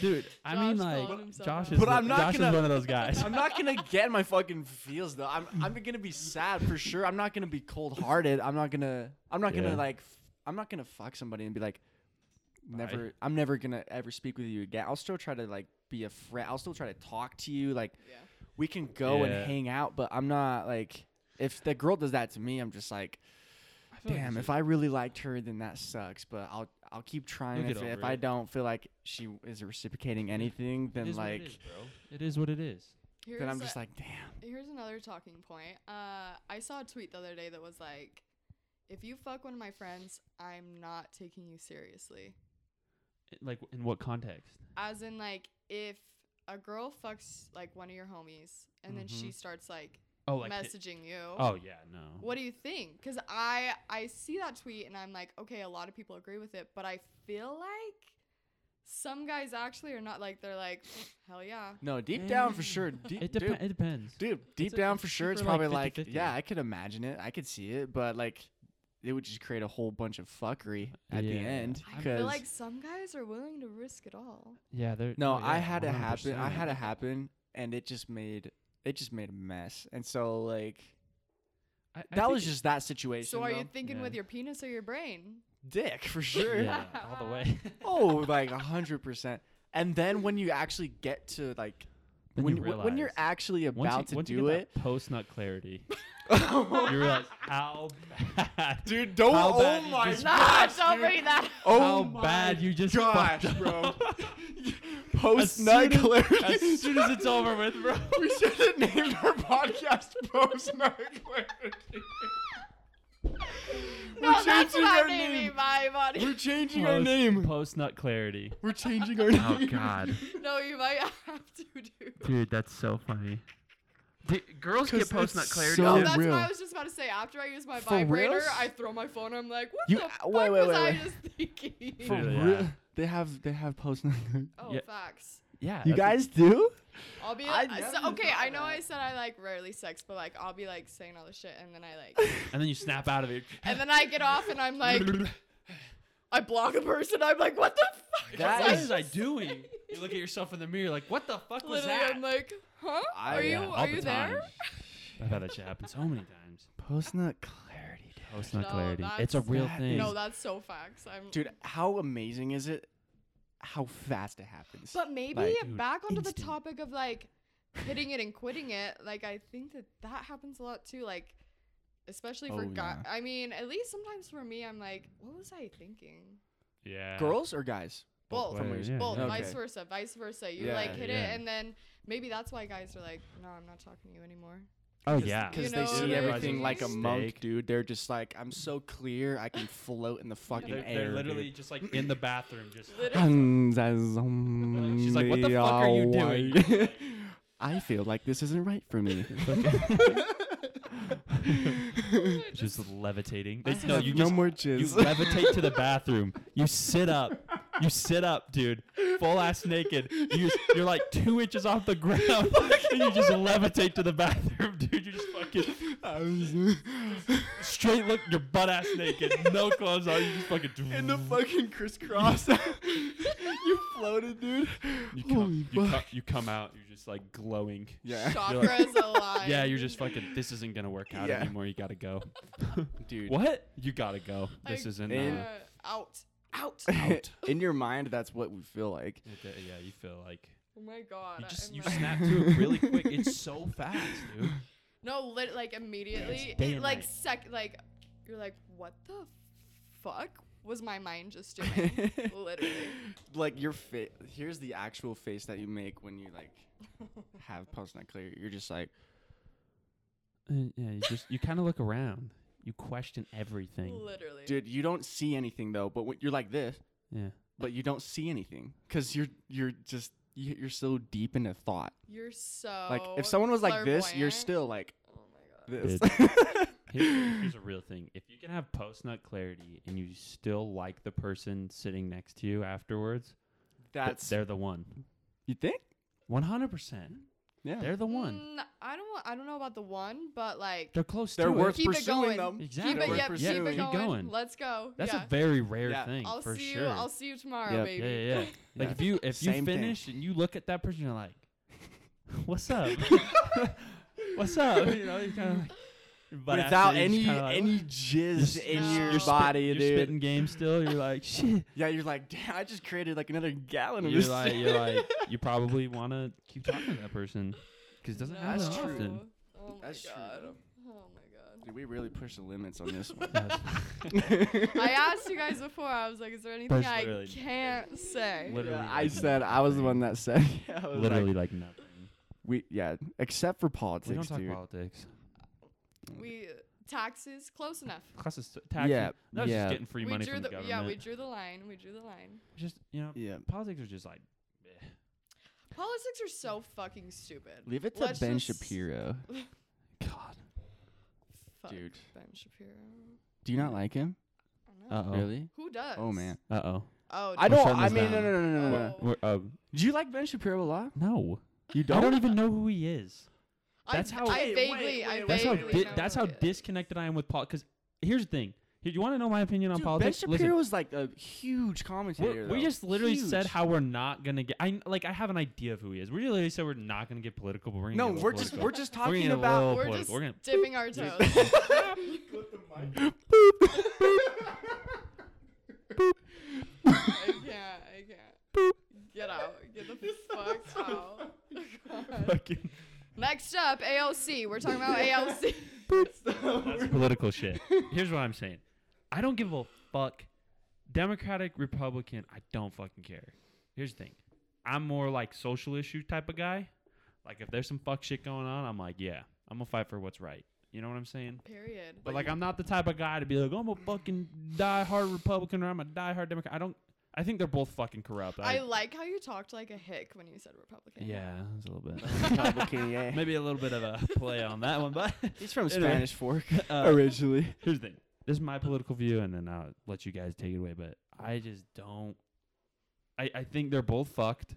A: dude, I mean
B: Josh
A: like
B: calling himself
A: Josh
B: out.
A: is
C: But
A: one-
C: I'm not
A: Josh is
C: gonna-
A: one of those guys.
C: I'm not gonna get my fucking feels though. I'm I'm gonna be sad for sure. I'm not gonna be cold hearted. I'm not gonna I'm not gonna
A: Yeah.
C: like f- I'm not gonna fuck somebody and be like
A: Bye.
C: never I'm never gonna ever speak with you again. I'll still try to like be a friend. I'll still try to talk to you. Like
B: Yeah.
C: we can go
A: Yeah.
C: and hang out, but I'm not like if the girl does that to me, I'm just like, damn. If I really liked her, then that sucks. But I'll I'll keep trying.
A: You'll
C: If,
A: get
C: if
A: over
C: I
A: it.
C: don't feel like she is reciprocating anything, then like
A: it is what it is.
B: Here's
C: then I'm
B: a-
C: just like, damn.
B: Here's another talking point. Uh, I saw a tweet the other day that was like, "If you fuck one of my friends, I'm not taking you seriously."
A: It- Like in what context?
B: As in, like, if a girl fucks like one of your homies and then she starts like
A: Oh, Mm-hmm. like hit-
B: messaging you,
A: Oh yeah, no.
B: what do you think? Because I I see that tweet and I'm like, okay, a lot of people agree with it, but I feel like some guys actually are not like they're like, hell yeah,
C: No, deep down for sure. Deep,
A: It,
C: dude,
A: depen- it depends.
C: dude, deep
A: a-
C: down
A: it's
C: for sure, it's
A: super, like,
C: probably like,
A: 50-50.
C: yeah, I could imagine it. I could see it, but like, it would just create a whole bunch of fuckery at the
A: Yeah.
C: end.
B: I
C: because-
B: feel like some guys are willing to risk it all.
A: Yeah, there.
C: No,
A: oh, yeah,
C: I had it happen. I
A: 100%.
C: had it happen, and it just made it just made a mess. And so like
A: I- I
C: that
A: think
C: was
A: it-
C: just that situation.
B: So are you
C: though.
B: thinking
A: Yeah.
B: with your penis or your brain?
C: dick for sure?
A: yeah, all the way.
C: Oh, like a hundred percent. And then when you actually get to like
A: Then
C: when
A: you
C: when- when you're
A: realize.
C: actually
A: Once
C: about
A: you,
C: to
A: once you
C: do
A: get
C: it,
A: that post nut clarity, you realize how bad,
C: dude, don't.
A: How
C: Oh
A: bad you
C: my
A: just-
B: Nah,
C: gosh,
B: don't
C: dude.
B: read that.
C: Oh
A: how
C: my
A: bad you just
C: gosh,
A: fucked
C: bro.
A: up.
C: Post nut
A: soon as-
C: clarity.
A: as soon as it's over with, bro.
C: we should have named our podcast Post Nut Clarity.
B: No, that's
C: changing
B: what
C: our
B: I'm naming
C: name.
B: my body.
C: We're changing our name.
A: Post nut clarity.
C: We're changing our name.
D: Oh God,
B: No, you might have to do.
D: dude, that's so funny. Di- girls get
C: 'Cause
D: post nut
C: it's
D: clarity.
C: so-
B: No,
D: too.
B: that's
C: real.
B: what I was just about to say. After I use my
C: For
B: vibrator,
C: reals?
B: I throw my phone. I'm like, what
C: You-
B: the
C: uh,
B: fuck
C: wait, wait,
B: was
C: wait,
B: I
C: wait.
B: just thinking?
C: For
A: Yeah.
C: real, they have they have post nut. Clarity.
B: oh,
A: Yeah.
B: facts.
A: Yeah.
C: You
A: that's what-
C: guys do?
B: I'll be
C: I
B: like, I- so-
C: never
B: okay.
C: thought
B: I
C: of
B: know
C: that.
B: I said I like rarely sex, but like I'll be like saying all this shit, and then I like,
A: And then you snap out of it.
B: and then I get off, and I'm like, I block a person. I'm like, what the fuck? was
C: That
B: I
C: is-
B: just
A: doing? You look at yourself in the mirror, like, what the fuck
B: Literally, I'm like, huh?
C: I-
B: are you
C: yeah,
B: are you there?
A: I've had that shit happen so many times.
C: Post nut clarity. dude.
A: Post nut
B: No,
A: clarity. It's a
B: that's-
A: real
C: that
A: thing.
C: is-
B: No, that's so facts. I'm.
C: Dude, how amazing is it? How fast it happens.
B: But maybe
C: Like,
A: dude,
B: back onto the
A: instant.
B: topic of like hitting it and quitting it. Like I think that that happens a lot too. Like especially for
C: Oh,
B: guys.
C: yeah.
B: I mean, at least sometimes for me, I'm like, what was I thinking?
A: yeah.
C: Girls or guys?
B: Both,
A: ways,
B: both,
A: yeah, yeah.
B: vice
C: Okay.
B: versa, vice versa. You
C: Yeah,
B: like hit
A: yeah.
B: it, and then maybe that's why guys are like, no, I'm not talking to you anymore.
A: Oh yeah.
B: You
C: Because
B: know,
C: they see
A: they're
C: everything
A: just
C: like a monk,
A: mistake.
C: dude. They're just like, I'm so clear, I can float in the fucking
A: They're,
C: air.
A: they're literally just like in the bathroom, just
C: She's
A: She's like, "What the fuck are you doing?"
C: I feel like this isn't right for me.
A: just levitating.
C: I
A: They, no,
C: have
A: you
C: no
A: just
C: more
A: you
C: jizz.
A: levitate to the bathroom. You sit up. You sit up, dude, full ass naked. You just, you're like two inches off the ground, and you just levitate to the bathroom, dude. You just fucking straight look, your butt ass naked, no clothes on. You just fucking
C: in the fucking crisscross. you floated, dude.
A: You
C: Holy
A: come, you,
C: fuck.
A: come, you come out, you're just like glowing.
C: Yeah.
B: Chakras alive.
A: Yeah, you're just fucking. This isn't gonna work out
C: Yeah.
A: anymore. You gotta go.
C: Dude.
A: What? You gotta go.
B: I-
A: This isn't.
C: In-
A: Uh,
B: Yeah, out, out. Oh
A: Out.
C: in your mind, that's what we feel like.
A: it- uh, yeah, you feel like
B: Oh my god.
A: you just
B: I'm
A: you
B: like-
A: snap to it really quick. It's so fast, dude.
B: No, lit- like immediately,
A: day
B: it-
A: and
B: like
A: night.
B: sec, like you're like, what the fuck was my mind just doing? Literally.
C: like your face. Here's the actual face that you make when you like have post not clear. You're just like,
A: Uh, yeah, you just you kind of look around. You question everything.
B: Literally.
C: dude, you don't see anything though. But when, you're like this,
A: Yeah.
C: but you don't see anything because you're you're just you- you're so deep into thought.
B: You're so
C: Like if someone was like this, you're
B: Oh, clairvoyant.
C: still like
B: Oh my god.
C: this.
A: Here- here's a real thing. If you can have post nut clarity and you still like the person sitting next to you afterwards, th-
C: That's
A: they're the one.
C: you think?
A: One hundred percent.
C: Yeah,
A: They're the one.
B: Mm, I don't. wa- I don't know about the one, but like
A: They're close
C: they're
A: to
C: worth
A: it.
B: Keep it
C: pursuing
B: going.
C: them.
A: Exactly.
B: keep
A: They're
B: it.
A: worth
B: Yeah, keep
A: pursuing.
B: it
A: Keep
B: going.
A: going.
B: Let's go.
A: That's
B: yeah.
A: a very rare
C: Yeah.
A: thing
B: I'll
A: for
B: see
A: sure.
B: you. I'll see you tomorrow,
C: Yep.
A: yeah,
B: baby.
A: yeah, yeah. Like
C: Yeah.
A: if you if you
C: Same thing.
A: finish and you look at that person, you're like, "What's up? What's up?" You know, you kind of like, but after
C: Without
A: you're just
C: any
A: kinda like,
C: any
A: you're
C: jizz
A: s-
C: in
B: you're
C: your
B: spit-
C: body,
A: you're
C: dude.
A: spitting game still. You're like, "Shit."
C: Yeah, you're like, damn, I just created like another gallon of
A: You're
C: this.
A: like, you're like, you probably want to keep talking to that person because it doesn't happen
C: That's true.
A: often.
B: Oh my
C: That's true,
B: god.
C: though.
B: Oh my god.
C: Dude, we really push the limits on this one.
B: I asked you guys before. I was like, is there anything I
A: Literally.
B: can't say?
A: Literally,
C: Yeah, I
A: like
C: said I was the one that said. I was like,
A: literally like nothing.
C: we yeah, except for politics,
A: We don't talk
C: dude.
A: politics.
B: We taxes close enough.
A: Costs us taxes.
C: Yeah,
A: no, it's
C: yeah.
A: just getting free
B: we
A: money
B: drew
A: from the,
B: the,
A: government.
B: yeah, we drew the line. We drew the line.
A: just you know,
C: Yeah,
A: politics are just like
B: Politics are so fucking stupid.
C: leave it to
B: Let's
C: Ben
B: just-
C: Shapiro,
A: God.
B: Fuck
C: dude.
B: Ben Shapiro.
C: Do you not like him?
B: I don't know.
A: Uh oh.
C: Really?
B: Who does?
C: Oh man,
A: Uh oh.
B: Oh,
C: I
A: Which
C: don't.
A: one
C: I
A: is that?
C: mean, no, no, no, no, no, no.
B: Oh.
A: We're, uh,
C: Do you like Ben Shapiro a lot?
A: no,
C: You
A: I
C: don't.
A: don't even know who he is.
B: I-
A: That's how-
B: I
C: Wait,
B: vaguely.
C: wait,
B: I
C: wait,
A: That's how.
B: vaguely
A: Di-
B: know
A: that's
B: who
A: how
B: it is.
A: disconnected I am with politics. Because here's the thing. Here, you want to know my opinion on
C: Dude, ben
A: politics?
C: Shapiro was like a huge commentator.
A: Listen, we we
C: though.
A: just literally said
C: Huge.
A: how we're not gonna get. I like. I have an idea of who he is. We literally said we're not gonna get political. But we're gonna
C: No,
A: get a little
C: we're just
A: political.
C: we're just
A: We're gonna
C: talking
A: get a
C: about.
A: little
B: We're
A: political.
B: just
A: We're gonna-
B: dipping our toes. I can't. I can't. Get out. Get the fuck out. God.
A: Fucking
B: Next up, ALC. We're talking about ALC.
A: political shit. Here's what I'm saying. I don't give a fuck. Democratic, Republican, I don't fucking care. Here's the thing. I'm more like social issue type of guy. Like if there's some fuck shit going on, I'm like, yeah, I'm gonna fight for what's right. You know what I'm saying?
B: Period.
A: But like, I'm not the type of guy to be like, I'm a fucking diehard Republican or I'm a diehard Democrat. I don't. I think they're both fucking corrupt.
B: I like how you talked like a hick when you said Republican.
A: yeah, it's a little bit.
C: Republican, yeah.
A: Maybe a little bit of a play on that one, but
C: He's from
A: Anyway.
C: Spanish Fork
A: uh,
C: originally.
A: here's the thing. This is my political view, and then I'll let you guys take it away. But I just don't. I, I think they're both fucked.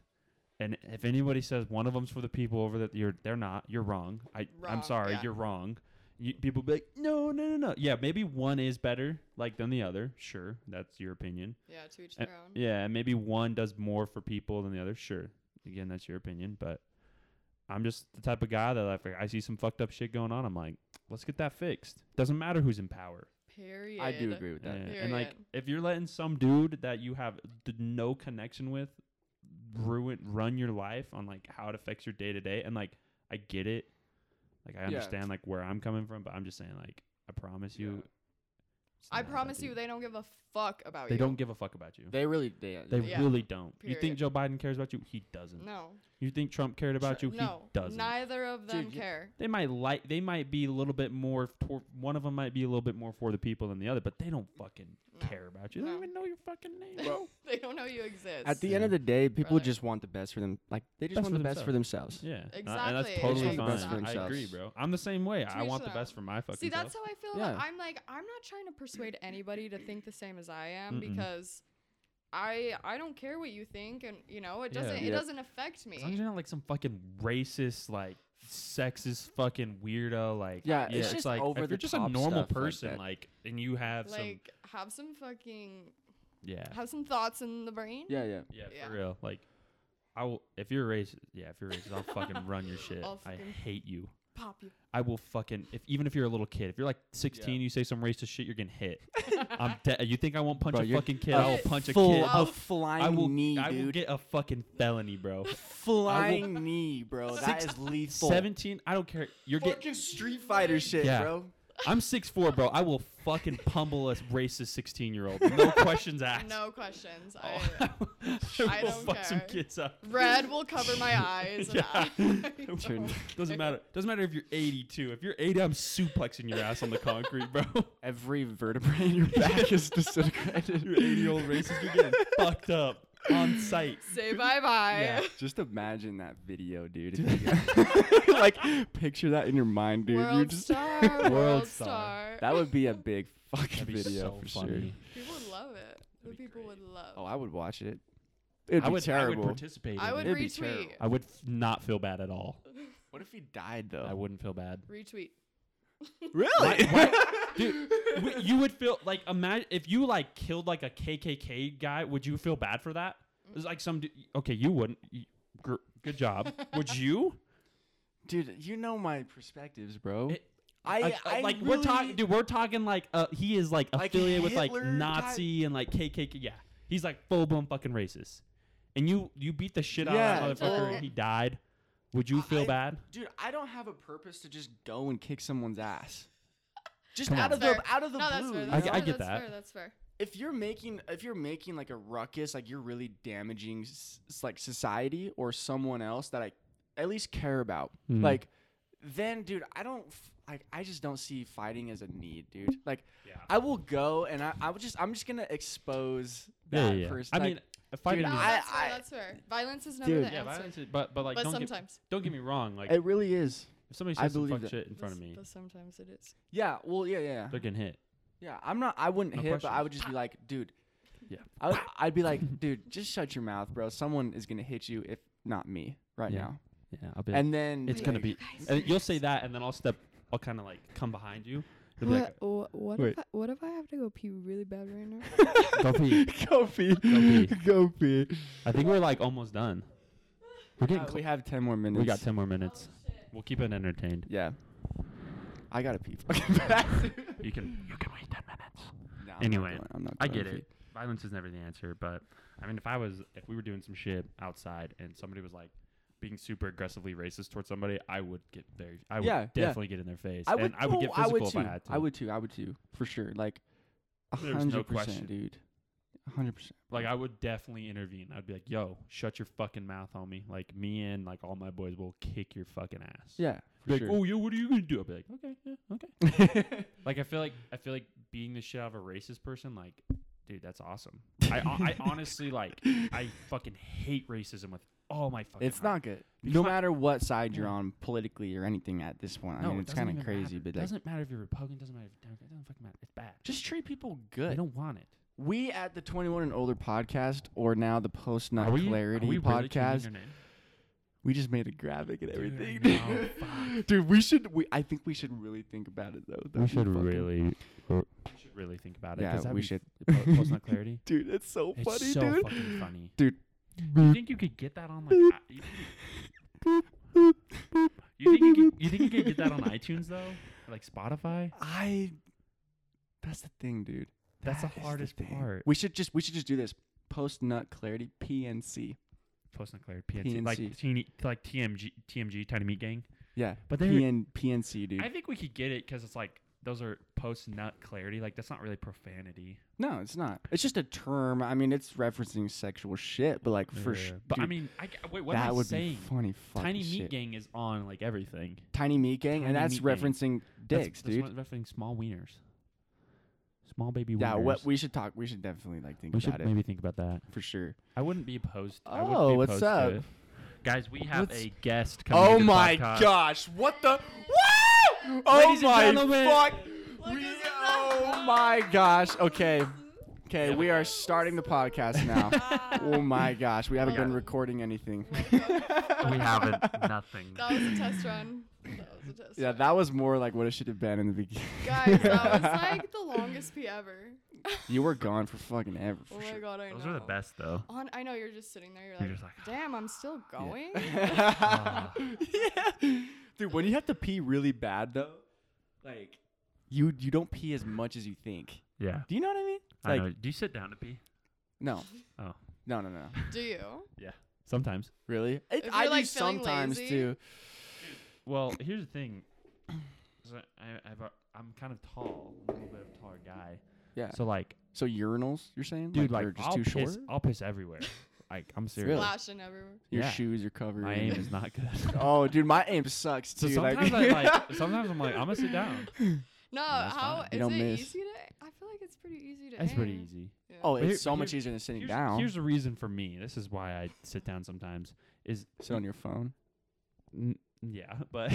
A: And if anybody says one of them's for the people over that you're they're not, you're wrong. I I'm
B: Wrong,
A: sorry,
B: yeah.
A: you're wrong. You, people be like, no, no, no, no. Yeah, maybe one is better like than the other. Sure, that's your opinion.
B: Yeah, to each
A: Uh,
B: their own.
A: Yeah, and maybe one does more for people than the other. Sure, again, that's your opinion, but I'm just the type of guy that if I see some fucked up shit going on, I'm like, let's get that fixed. Doesn't matter who's in power.
B: Period.
C: I do agree with that.
A: Yeah, And like,
B: Period.
A: if you're letting some dude that you have d- no connection with ruin run your life on like how it affects your day to day, and like, I get it. Like, I
C: Yeah.
A: understand like where I'm coming from, but I'm just saying like, I promise you.
C: Yeah.
A: it's
B: I
A: not that
B: promise
A: deep.
B: you, they don't give a fuck about
A: they
B: you.
A: don't give a fuck about you.
C: They really, they,
A: They
B: Yeah.
A: really don't. You think
B: Period.
A: Joe Biden cares about you? He doesn't.
B: No.
A: You think Trump cared about you? He
B: no.
A: doesn't.
B: Neither of them
C: Dude, you-
B: care.
A: they might like. They might be a little bit more. For, one of them might be a little bit more for the people than the other, but they don't fucking
B: No.
A: care about you. They don't
B: No.
A: even know your fucking name. bro.
B: they don't know you exist.
C: At the
A: Yeah.
C: end of the day, people
B: Brother.
C: just want the best for them. Like they just
A: Best
C: want
A: for
C: the best for themselves.
A: yeah, and I- and
B: Exactly,
A: that's totally
C: They want the best for
A: fine. I
C: themselves.
A: agree, bro. I'm the same way. I
B: each
A: want the
B: their
A: best for my fucking.
B: See, that's
A: self.
B: how I feel.
C: Yeah.
B: About, I'm like, I'm not trying to persuade anybody to think the same as I am
A: Mm-mm.
B: because I I don't care what you think, and you know it
A: Yeah.
B: doesn't it
C: Yep.
B: doesn't affect
A: As long as
B: me.
A: you're not like some fucking racist, like sexist, fucking weirdo, like
C: Yeah, it's just
A: like
C: over
A: if
C: the
A: you're just a
C: top
A: normal
C: stuff like
A: person,
C: that.
A: like, and you have some,
B: Like, have some fucking
A: yeah,
B: have some thoughts in the brain.
C: Yeah, yeah.
A: Yeah,
B: Yeah.
A: for real. Like, I will. If you're racist, yeah, if you're racist, I'll fucking run your shit.
B: I'll
A: I
B: fucking-
A: hate you.
B: Pop you.
A: I will fucking. If even if you're a little kid, if you're like 16, you say some racist shit, you're getting hit. I'm dead. You think I won't punch
C: Bro,
A: a
C: you're
A: fucking kid?
B: a
A: I will punch a
C: Full
A: kid.
B: I'll-
C: of flying
A: I will.
C: knee,
A: I will
C: dude.
A: get a fucking felony, bro.
C: flying knee, bro. That
A: Six-
C: is lethal.
A: 17. I don't care. You're getting.
C: fucking Street Fighter shit,
A: Yeah.
C: bro.
A: I'm 6'4", bro. I will fucking pummel a racist 16 year old. No questions asked.
B: No
A: Oh.
B: questions. I,
A: I,
B: I
A: will
B: don't
A: fuck some
B: care.
A: kids up.
B: red will cover my eyes. And
A: Yeah.
B: I
A: Turn-
B: don't
A: Doesn't
B: care.
A: matter. Doesn't matter if you're 82. If you're 80, I'm suplexing your ass on the concrete, bro.
C: Every vertebrae in your back is disintegrated.
A: you 80 year old racist, you're getting fucked up on site.
B: Say bye bye.
A: Yeah.
C: Just imagine that video, dude. If you- like, picture that in your mind, dude. You're
B: World
C: just
B: star. World
A: star.
B: star.
C: that would be a big fucking
A: That'd be
C: video
A: so
C: for
A: funny.
B: people would love it. The
A: That'd be
B: people
A: great.
B: would love.
C: sure. Oh, I would watch it. It'd
A: I
C: be
A: would, I
C: terrible.
A: would participate.
B: I
A: in
B: would
A: it.
C: It'd be
B: retweet.
A: I would f- not feel bad at all.
C: what if he died
A: I
C: though?
A: wouldn't feel bad.
B: Retweet.
C: Really?
A: Dude, w- you would feel like imagine if you like killed like a KKK guy. Would you feel bad for that? It's like some. du- Okay, you wouldn't. You- gr- Good job. Would you?
C: Dude, you know my perspectives, bro.
A: It-
C: I,
A: like,
C: I
A: like we're talking,
C: really-
A: dude. We're talking like uh, he is like
C: Like
A: affiliated with like
C: Hitler type-
A: Nazi and like KKK. Yeah, he's like full blown fucking racist. And you you beat the shit out of that
C: Yeah,
A: motherfucker
C: dude.
A: and he died. Would you feel
C: I-
A: bad?
C: Dude, I don't have a purpose to just go and kick someone's ass. Just
A: Come
C: out
A: on.
C: of
B: That's
C: the
B: fair.
C: out of the
B: No, that's
C: blue.
B: fair.
C: you
A: I
B: That's
A: g-
C: know?
B: fair.
A: I get
B: that's
A: that.
B: Fair, that's fair.
C: if you're making if you're making like a ruckus, like you're really damaging s- s- like society or someone else that I at least care about.
A: Mhm.
C: Like then dude, I don't f- like I just don't see fighting as a need, dude. Like
A: Yeah.
C: I will go and I I would just I'm just going to expose
A: Yeah,
C: that
A: yeah, yeah.
C: person.
A: I
C: like,
A: mean, fighting.
C: Dude,
B: No,
A: is-
C: I-
B: that's,
C: I-
B: fair that's fair. Violence is never
C: Dude.
B: the
A: yeah,
B: answer.
A: violence is- but but like
B: but
A: don't get,
B: sometimes.
A: don't get me wrong. Like
C: it really is.
A: if somebody
C: I
A: says some
C: believe
A: fuck
C: that.
A: shit in front of me,
B: But sometimes it is.
C: Yeah, well, yeah, yeah.
A: they're getting hit.
C: Yeah, I'm not. I wouldn't
A: No
C: hit, but I
A: questions.
C: would just be like, dude.
A: Yeah.
C: I would, I'd be like, dude, just shut your mouth, bro. Someone is gonna hit you if not me right
A: Yeah.
C: now.
A: Yeah, I'll be.
C: And then
A: it's gonna
C: like,
A: be. And you'll say that, and then I'll step. I'll kind of like come behind you. You'll be like,
B: what, what,
C: Wait.
B: I, what if I have to go pee really bad right now?
A: Go pee.
C: go pee,
A: pee.
C: go pee.
A: I think we're like almost done. We're getting.
C: Uh,
A: clo-
C: we have ten more minutes.
A: we got ten more minutes.
D: Oh,
A: We'll keep it entertained.
C: Yeah. I gotta pee. Fucking bad.
D: You can you can wait ten minutes.
C: Nah, I'm not
D: Anyway,
C: going- I'm not
D: I
C: going
D: get
C: to
D: it. Violence is never the answer, but I mean, if I was, if we were doing some shit outside and somebody was like,
A: being super aggressively racist towards somebody, I would get their I would
C: Yeah, yeah.
A: definitely get in their face.
C: I would.
A: and I would
C: oh,
A: get physical
C: I would
A: if
C: too.
A: I had to.
C: I would too. I would too. For sure. Like, a
A: There's no
C: hundred
A: question.
C: percent, dude. A hundred percent.
A: like I would definitely intervene. I'd be like, "Yo, shut your fucking mouth, homie." Like me and like all my boys will kick your fucking ass.
C: Yeah.
A: Be
C: For
A: like,
C: sure.
A: "Oh, yo, what are you gonna do?" I'd be like, "Okay, yeah, okay." like I feel like I feel like being the shit out of a racist person, like, dude, that's awesome. I I honestly like I fucking hate racism with all my fucking.
C: It's
A: heart.
C: not good.
A: You
C: no
A: can't-
C: matter what side you're
A: Yeah.
C: on politically or anything at this point. I mean,
A: it
C: it's
A: doesn't
C: kind of
A: even
C: crazy,
A: matter.
C: but like,
A: doesn't matter if you're Republican. Doesn't matter if you're Democrat. Doesn't fucking matter. It's bad.
C: just treat people
A: They
C: good.
A: don't want it.
C: We at the 21 and older podcast, or now the Post Nut
A: Are we- are
C: Clarity
A: we really changing
C: podcast,
A: your name?
C: we just made a graphic and
A: Dude, I
C: everything.
A: know,
C: Dude,
A: fuck.
C: we should. We I think we should really think about it though. That'd be fucking-
A: we should really think about it.
C: Yeah,
A: 'cause that'd
C: we
A: be
C: should.
A: f- po- Post Nut clarity.
C: Dude, that's so
A: It's
C: funny,
A: so
C: dude.
A: fucking funny.
D: You think you could get that on like? i- you think you could- you think you could, you think you could get that on iTunes though, Or, like Spotify?
C: I. That's the thing, dude.
D: That's the
C: That is
D: hardest
C: thing.
D: part.
C: We should just we should just do this. Post Nut Clarity PNC.
D: Post and Claire, PNC,
C: PNC.
D: like teeny, like TMG, TMG, Tiny Meat Gang.
C: Yeah,
D: But they're
C: PN, PNC, dude.
D: I think we could get it because it's like those are post nut clarity. Like that's not really profanity.
C: no, it's not. It's just a term. I mean, it's referencing sexual shit, but like for sure.
D: But I mean, I, g- wait, what am I
C: that would
D: saying?
C: be funny. Fucking
A: Tiny
C: shit.
A: Meat Gang is on like everything.
C: Tiny meat gang, and
A: Tiny
C: that's
A: Meat Gang.
C: referencing
A: That's-
C: dicks,
A: that's
C: dude.
A: what- referencing small wieners, small baby wieners.
C: yeah, what we should talk. We should definitely like think
A: we should
C: about it
A: maybe think about that.
C: for sure.
A: I wouldn't be opposed. I wouldn't be
C: Oh, what's
A: opposed to
C: up?
A: it.
D: Guys, we have
A: Let's-
D: a guest coming.
C: Oh
D: into the
C: my
D: podcast.
C: gosh! What the? Woo! Oh
A: Ladies and
C: my
A: gentlemen.
C: fuck!
B: Look
C: We-
B: at that.
C: oh my gosh! Okay, okay, we are starting the podcast now.
B: Wow.
A: Ah.
C: oh my gosh, we haven't
D: Yeah.
C: been recording anything.
D: We haven't nothing.
B: That was a test run. That was a test.
C: Yeah,
B: run.
C: that was more like what it should have been in the beginning.
B: Guys, that was like the longest pee ever.
C: you were gone for fucking ever.
B: Oh
C: For
B: my
C: sure.
B: god, I know. Oh
D: Those are the best though.
B: On, I know you're just sitting there. You're like,
D: You're just like,
B: damn, I'm still going.
D: Ah.
C: yeah. Dude, when you have to pee really bad though, like you you don't pee as much as you think.
D: yeah.
C: Do you know what I mean?
D: I
C: Like
D: know. Do you sit down to pee?
C: no.
D: Oh.
C: No, no, no.
B: Do you?
A: Sometimes.
C: Really? It,
B: you're,
C: I do
B: like, feeling
C: sometimes
B: lazy-
C: too.
A: Well, here's the thing. So I, I've, a- I'm kind of tall, a little bit of a taller guy.
C: Yeah. So,
A: So like,
C: urinals, you're saying?
A: dude,
C: like,
A: like,
C: you're just
A: I'll
C: too
A: piss,
C: short.
A: I'll piss everywhere. like, I'm serious.
C: Really?
B: Flashing everywhere.
C: Your
A: yeah.
C: shoes are covered.
A: My aim is not good.
C: oh, dude, my aim sucks
A: so
C: too.
A: sometimes I like, sometimes I'm like, I'm gonna sit down.
B: No,
A: that's
B: how
A: fine.
B: is
C: You don't
B: it
C: miss.
B: easy to? I feel like it's pretty easy to.
A: That's pretty
B: aim.
A: easy.
B: Yeah.
C: oh,
A: But
C: it's
A: here-
C: so much
A: here-
C: easier than sitting
A: Here's,
C: down.
A: here's the reason for me. This is why I sit down sometimes. Is
C: Sit on your phone.
A: N- yeah, but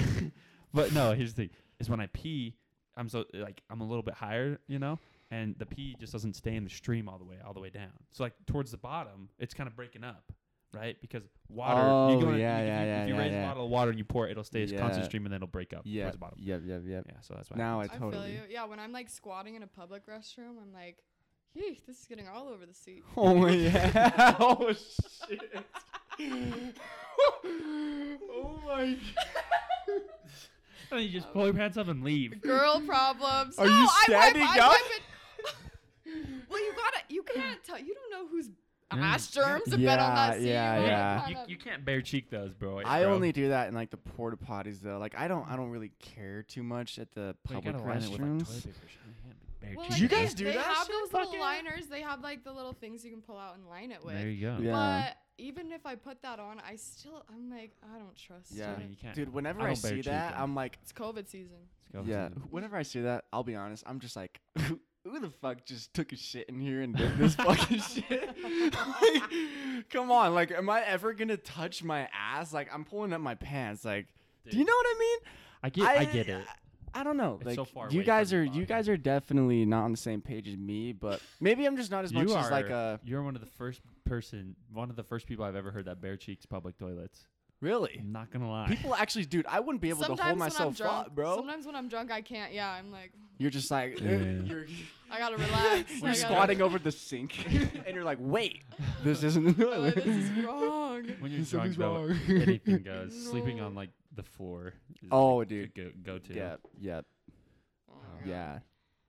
A: but no. Here's the thing: is when I pee, I'm so like I'm a little bit higher, you know, and the pee just doesn't stay in the stream all the way all the way down. So like towards the bottom, it's kind of breaking up, right? Because water,
C: Oh,
A: you go in-
C: yeah,
A: if
C: yeah,
A: you,
C: yeah,
A: If you
C: yeah,
A: raise a
C: yeah.
A: bottle of water and you pour it, it'll stay as constant
C: Yeah.
A: stream, and then it'll break up
C: Yeah.
A: towards the bottom.
C: Yep, yep, yep.
A: Yeah, so that's why.
C: Now I
B: I
C: totally.
B: feel you. Yeah, when I'm like squatting in a public restroom, I'm like, "Yeesh, this is getting all over the seat."
C: Oh yeah. oh shit. oh my.
D: And you just pull your pants up and leave.
B: Girl problems.
C: Are
B: no,
C: you standing
B: I wipe,
C: up?
B: I wipe it. well, you gotta. You can't tell. You don't know whose ass germs have been on
C: Yeah,
B: that seat.
C: yeah,
B: You gotta
C: yeah.
B: kinda-
D: You, you can't bare cheek those, bro.
C: I
D: bro.
C: only do that in like the porta potties though. Like I don't, I don't really care too much at the
D: Well,
C: public
D: you gotta line it with like toilet
C: restrooms.
D: paper. so you can't bare
B: Well,
D: cheek
B: like,
C: You
D: those.
C: guys do
B: they
C: that
B: have
C: shit?
B: those
C: Fuck
B: little
C: yeah.
B: liners. They have like the little things you can pull out and line it with.
D: There you go.
C: Yeah.
B: But even if I put that on, I still I'm like I don't trust.
C: Yeah.
B: it.
D: I mean, you can't.
C: Dude, whenever
D: I
C: I,
D: don't bear
C: see
D: cheek
C: that,
D: them.
C: I'm like,
B: It's COVID season.
A: Let's go
C: yeah.
A: to the-
C: Whenever I see that, I'll be honest, I'm just like, who the fuck just took a shit in here and did this fucking shit? Like, come on, like, am I ever gonna touch my ass? Like, I'm pulling up my pants. Like, do you
A: Dude.
C: know what I mean?
A: I get, I, get it.
C: I don't know.
A: It's
C: like
A: so far
C: you
A: away
C: guys
A: from
C: are
A: your
C: you
A: body.
C: guys are definitely not on the same page as me, but maybe I'm just not as much
A: you
C: as
A: are
C: like uh, a
A: you're one of the first person, one of the first people I've ever heard that bare cheeks public toilets.
C: really.
A: I'm not gonna lie.
C: People actually, dude, I wouldn't be able
B: sometimes
C: to hold
B: when I'm
C: myself
B: drunk,
C: up, bro.
B: Sometimes when I'm drunk, I can't. Yeah, I'm like
C: You're just like
A: Yeah.
C: you're,
B: I gotta relax. I
C: you're
B: gotta-
C: squatting over the sink, and you're like, wait, this isn't the
B: I'm like, Oh, this is
C: toilet.
B: wrong.
A: when you're drunk,
C: Something's
A: though,
C: wrong.
A: anything goes. Sleeping
B: No.
A: on like the floor. Is,
C: Oh,
A: like,
C: dude.
A: Go, go to.
C: Yep, yep,
B: Oh my God.
C: yeah,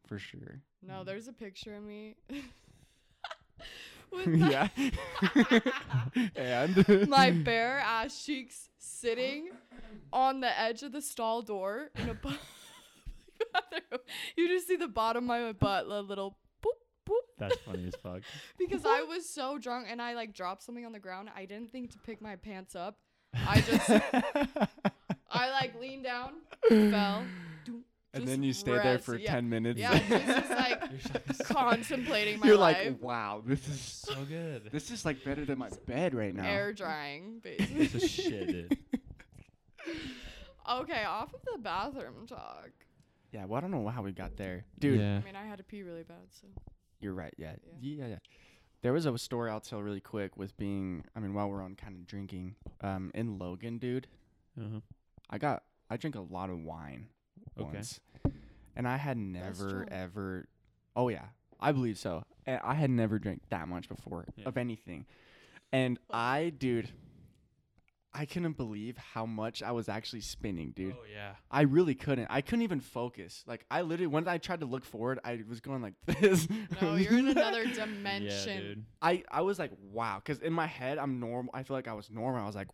C: for sure.
B: No, there's a picture of me. with
C: yeah. and
B: my bare ass cheeks sitting on the edge of the stall door in a bu- bathroom. You just see the bottom of my butt, a little boop boop,
A: That's funny as fuck.
B: because I was so drunk and I like dropped something on the ground. I didn't think to pick my pants up. I just, I like leaned down, fell. doop,
C: and
B: just
C: then you stay there
B: rest-
C: for
B: yeah.
C: 10 minutes.
B: Yeah, just, just like contemplating my
C: You're
B: life,
C: like, wow, this is
A: so good.
C: this is like better than my bed right now.
B: air drying, basically.
A: This is shit, dude.
B: Okay, off of the bathroom talk.
C: Yeah, well, I don't know how we got there, dude.
A: Yeah.
B: I mean, I had to pee really bad, so.
C: You're right. Yeah.
B: Yeah.
C: yeah, yeah, There was a story I'll tell really quick with being. I mean, while we're on kind of drinking, um, in Logan, dude,
A: Uh-huh.
C: I got I drink a lot of wine
A: Okay.
C: once, and I had never
B: true.
C: ever. Oh yeah, I believe so. And I had never drank that much before
A: Yeah.
C: of anything, and I, dude, I couldn't believe how much I was actually spinning, dude.
A: yeah.
C: I really couldn't. I couldn't even focus. Like I literally, when I tried to look forward, I was going like this.
B: No, you're in another dimension.
A: dude. Oh
C: I I was like, wow, because in my head, I'm normal. I feel like I was normal. I was like,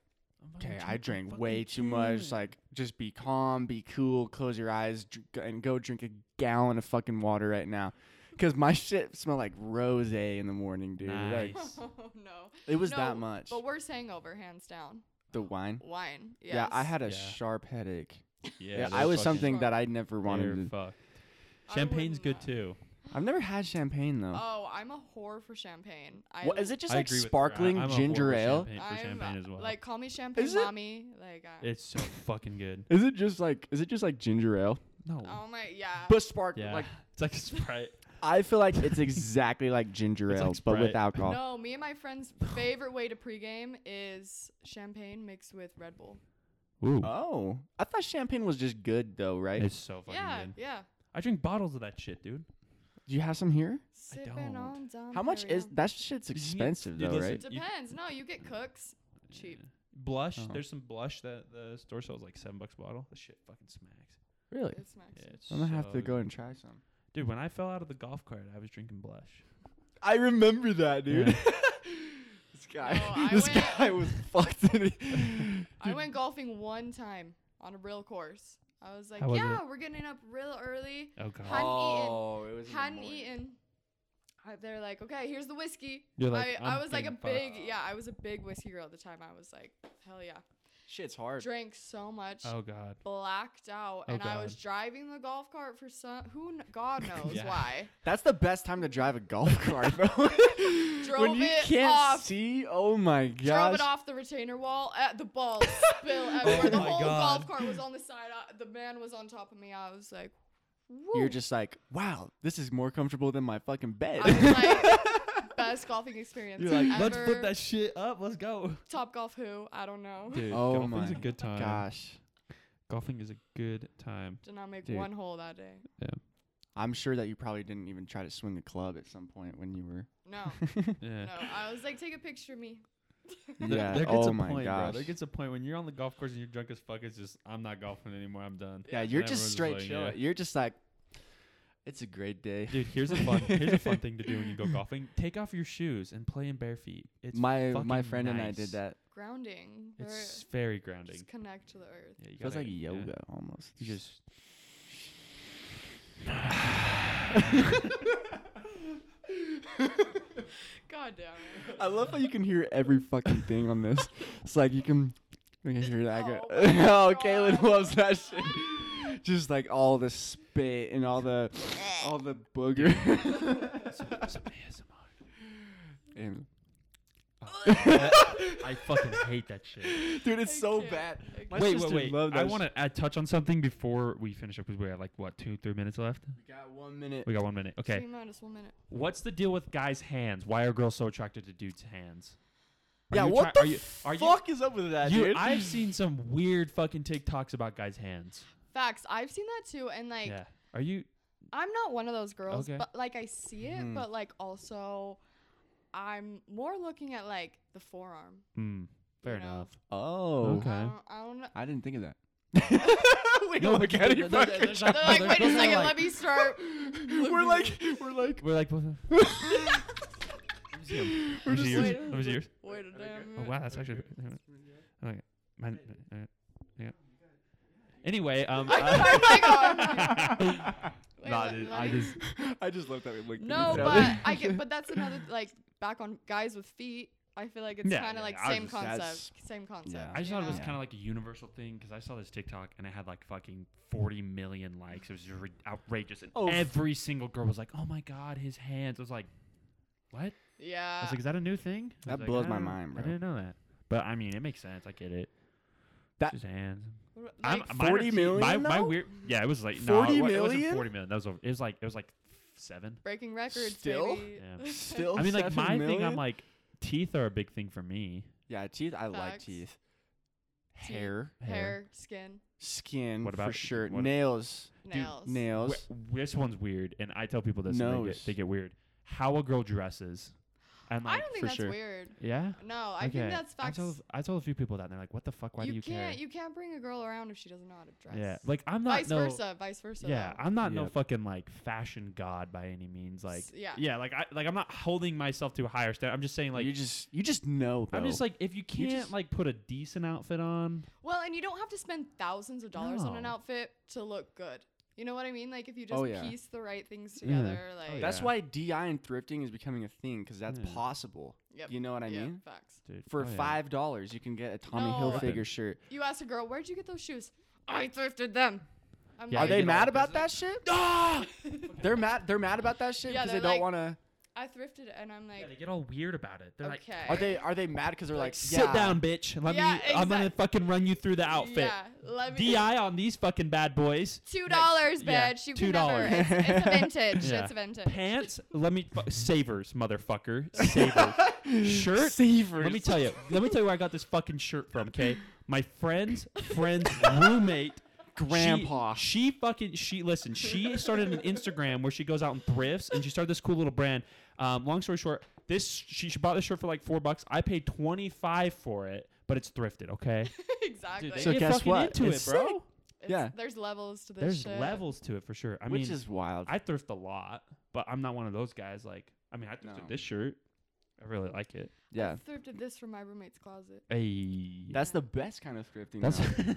C: okay, I drank way too much. Like, just be calm, be cool, close your eyes, dr- and go drink a gallon of fucking water right now. Because my shit smelled like rose in the morning, dude. Like,
A: Nice.
B: oh no.
C: it was
B: No,
C: that much.
B: But worst hangover, hands down.
C: The wine.
B: Wine. Yes.
C: Yeah, I had a
A: Yeah.
C: sharp headache.
A: Yeah,
C: Yeah,
A: they're
C: I was
A: fucking-
C: something that I never
A: they're
C: wanted. To,
A: fucked.
B: I
A: Champagne's
B: wouldn't
A: good
B: know.
A: too.
C: I've never had champagne though.
B: Oh, I'm a whore for champagne. I
C: What is it? Just
A: I
C: like
A: agree with her. I-
C: sparkling
A: I'm a whore for
C: ginger ale?
A: champagne- for
B: I'm,
A: champagne as well.
B: Like, call me champagne
C: Is it?
B: mommy. Like, uh, I,
A: it's so fucking good.
C: Is it just like? Is it just like ginger ale?
A: No.
B: oh my, yeah.
C: But spark
A: yeah.
C: like
A: it's like a Sprite.
C: I feel like it's exactly like ginger
A: It's
C: ale,
A: like
C: but with
A: Sprite.
C: alcohol.
B: no, me and my friend's favorite way to pregame is champagne mixed with Red Bull.
A: Ooh.
C: Oh, I thought champagne was just good though, right?
A: It's so fucking
B: Yeah,
A: good.
B: yeah.
A: I drink bottles of that shit, dude.
C: Do you have some here?
B: Sipping
A: don't.
B: on Dom
C: How much is
B: Perignon.
C: that shit's
A: You can get-
C: expensive
A: dude,
C: though,
A: listen,
C: right?
A: You-
B: Depends. no, you get cooks. Cheap.
A: Blush.
C: Uh-huh.
A: There's some blush that the store sells like seven bucks a bottle. That shit fucking smacks.
C: Really?
B: It smacks.
A: Yeah, it's
C: I'm gonna have
A: so
C: to go and try some.
A: good. Dude, when I fell out of the golf cart, I was drinking blush.
C: I remember that, dude.
A: Yeah.
C: this guy,
B: No, Oh, I
C: this
B: went-
C: guy was fucked.
B: I went golfing one time on a real course. I was like,
A: How was
B: yeah, we're getting up real early.
A: Oh god.
B: Hadn't eaten.
C: Oh, it was in the
B: Hadn't
C: morning.
B: eaten. I, they're like, okay, here's the whiskey.
A: You're like,
B: I, I
A: I'm
B: was like a
A: getting fucked.
B: big, yeah, I was a big whiskey girl at the time. I was like, hell yeah.
C: Shit's hard.
B: Drank so much,
A: Oh god.
B: blacked out,
A: Oh
B: and I was
A: God.
B: driving the golf cart for some, who, kn- God knows
A: Yeah.
B: why.
C: That's the best time to drive a golf cart, bro.
B: Drove
C: when you
B: it
C: can't
B: off.
C: see, oh my gosh.
B: Drove it off the retainer wall. At the balls spill everywhere. the
A: Oh my
B: whole
A: God.
B: golf cart was on the side. I, the man was on top of me. I was like,
C: You're
B: "Woo."
C: just like, wow, this is more comfortable than my fucking bed.
B: I was like, best golfing experience
A: You're like,
B: ever.
A: let's put that shit up. Let's go.
B: Top golf who? I don't know.
A: Dude,
C: Oh
A: golfing's
C: my
A: a good time.
C: Gosh,
A: Golfing is a good time.
B: Did not make
C: Dude.
B: one hole that day.
C: I'm sure that you probably didn't even try to swing a club at some point when you were.
B: No,
A: Yeah.
B: no. I was like, take a picture of me.
A: There-
C: yeah.
A: There gets
C: oh
A: a
C: my
A: point,
C: gosh.
A: Bro. There gets a point when you're on the golf course and you're drunk as fuck. It's just I'm not golfing anymore. I'm done.
C: yeah,
B: And
C: you're
A: everyone's
C: just
A: just
C: straight
A: like,
C: chilling.
A: yeah.
C: You're just like, it's a great day.
A: Dude, here's a fun here's a fun thing to do when you go golfing. Take off your shoes and play in bare feet. It's
C: my
A: fucking
C: my friend and I
A: nice.
C: did that.
B: Grounding. We're
A: It's very grounding.
B: just connect to the earth.
A: Yeah, you
C: It was
A: gotta-
C: like
A: yeah.
C: yoga almost.
A: You just
B: God damn it.
C: I love how you can hear every fucking thing on this. It's like you can, you can hear that. go-
B: Oh my
C: Oh,
B: God.
C: Kaylin loves that shit. Just like all the spit and all the all the booger. And-
D: I fucking hate that shit.
C: Dude, it's
B: I
C: so
B: can't.
C: bad.
B: I
C: My
B: can't.
D: wait, wait,
C: sister
D: wait.
C: loved
D: I
C: that
D: want to uh, touch on something before we finish up because we have like what two, three minutes left.
C: We got one minute.
D: We got one minute. Okay.
B: Three minus one minute.
D: What's the deal with guys' hands? Why are girls so attracted to dudes' hands? Are
C: yeah,
D: you try-
C: what the
D: are you, are you,
C: fuck is up with that,
D: you-
C: dude?
D: I've seen some weird fucking TikToks about guys' hands.
B: Facts. I've seen that too, and like,
D: yeah. Are you?
B: I'm not one of those girls,
D: Okay.
B: but like, I see it,
C: Mhm.
B: but like, also, I'm more looking at like the forearm.
A: mm,
D: Hmm. fair
B: you know?
D: enough.
C: oh,
D: Okay.
B: I don't. I don't know.
C: I didn't think of that. we
D: No,
C: look
D: but
C: at
D: th- th-
C: each
D: th-
C: other.
D: there's like-
B: They're like,
D: no,
B: wait a
D: there's no,
B: second,
D: like-
B: let me start.
C: We're like, we're like,
D: We're like,
A: see 'em. Let me see
B: We're just
A: yours.
B: waiting.
A: Let me see yours.
B: Wait a damn
A: Oh
B: minute.
A: wow, that's actually. Okay. Mine, uh, yeah. Anyway, um. uh,
B: Oh my God. Wait,
F: Nah,
B: let-
F: dude,
B: let
F: I
B: me-
F: just
C: I just love that we linked
B: No,
C: into each
B: but
C: other.
B: I get. But that's another like back on guys with feet. I feel like it's
F: Yeah,
B: kind of
F: yeah,
B: like
F: I was
B: same
F: just-
B: concept.
C: that's-
B: Same concept.
C: yeah.
A: I just
B: you
A: thought it was
B: know?
F: Yeah.
A: kind of like a universal thing because I saw this TikTok and it had like fucking 40 million likes. It was just re- outrageous. And
C: Oh, f-
A: every single girl was like, oh my God, his hands. I was like, what? I
B: Yeah.
A: was like, is that a new thing? I
C: That
A: was like,
C: blows
A: "I
C: my
A: don't-
C: mind, bro.
A: I didn't know that. But I mean, it makes sense. I get it.
C: That-
A: Just hands.
B: What about-
A: I'm-
B: like,
A: mine are
C: 40
A: cute. My,
C: million
A: my
C: though?
A: weird. Yeah, it was like no, it
C: 40
A: wa- it wasn't
C: million?
A: 40 million. That was over. It was like it was like seven.
B: breaking records.
C: Still?
B: baby.
A: Yeah.
C: Still,
A: I mean, like
C: Oh, seven
A: my thing. I'm
C: million?
A: like teeth are a big thing for me.
C: yeah, teeth. I like
B: Facts.
C: teeth.
B: Teeth.
C: Hair,
B: hair, skin,
C: skin.
A: What
C: for
A: about-
C: sure?
A: what-
C: nails,
B: nails.
A: Wh-
C: nails.
A: this one's weird, and I tell people this, and they get,
C: Nose.
A: they get weird. How a girl dresses, and like
B: I don't think
C: for
B: that's
C: sure.
B: weird.
A: yeah.
B: No, I
A: Okay.
B: think that's
A: I
B: facts.
A: told I told a few people that, and they're like, "What the fuck? Why
B: you,
A: do you care?"
B: can't you can't bring a girl around if she doesn't know how to dress.
A: yeah, like I'm not
B: vice
A: no.
B: versa, vice versa.
A: Yeah,
B: though.
A: I'm not no
C: Yep.
A: fucking like fashion god by any means. Like
B: S- yeah.
A: yeah, like I like I'm not holding myself to a higher standard. I'm just saying like
C: you just, you just know. Though.
A: I'm just like if you
C: You
A: can't
C: just-
A: like put a decent outfit on.
B: Well, and you don't have to spend thousands of dollars on an
A: No.
B: outfit to look good. You know what I mean? Like if you just
C: Oh, yeah.
B: piece the right things
A: Yeah.
B: together, like
A: Mm-hmm. Oh, yeah.
C: That's why DI and thrifting is becoming a thing because that's
A: Yeah.
C: possible.
B: Yep.
C: You know what I
B: yeah,
C: mean?
B: facts.
A: Dude,
C: For
A: oh, yeah.
C: five dollars, you can get a Tommy
B: No.
C: Hilfiger shirt.
B: You ask a girl, "Where'd you get those shoes?" I thrifted them. I'm
A: Yeah,
C: Are
A: you
C: they
A: get all
C: mad
A: the
C: about that shit? they're mad. They're mad about that shit
B: Yeah,
C: because they
B: they're like-
C: don't want to.
B: I thrifted, it," and I'm
A: Yeah, they
B: like,
A: get all weird about it. They're like,
B: okay.
C: Are they? Are they mad because they're like,
F: sit
C: "Yeah,
F: down, bitch. Let
B: Yeah,
F: me. I'm gonna
B: exact-
F: fucking run you through the outfit.
B: Yeah, let me.
F: Di on these fucking bad boys.
B: Two dollars, bitch.
F: yeah,
B: you
F: two
B: can never.
F: dollars.
B: It's, it's a vintage.
F: Yeah.
B: It's a vintage.
F: Pants. Let me. Fu- savers, motherfucker. Savers. Shirt.
C: Savers.
F: Let me tell you. Let me tell you where I got this fucking shirt from. Okay, my friend's friend's roommate.
C: Grandpa.
F: She, she fucking she listen. She started an Instagram where she goes out and thrifts, and she started this cool little brand. Um, long story short, this she, she bought this shirt for like four bucks. I paid twenty five for it, but it's thrifted. Okay,
B: exactly.
F: Dude, they
C: So
F: get
C: guess
F: fucking
C: what?
F: Into
C: It's
F: it, bro.
C: sick.
B: It's-
C: yeah.
B: There's levels to this.
A: there's
B: shit.
A: levels to it for sure. I
C: which
A: mean,
C: is wild.
A: I thrift a lot, but I'm not one of those guys. Like, I mean, I thrifted
C: No.
A: this shirt. I really like it.
C: yeah,
B: I thrifted this from my roommate's closet.
A: Hey,
C: that's the best kind of thrifting.
A: That's-
C: though.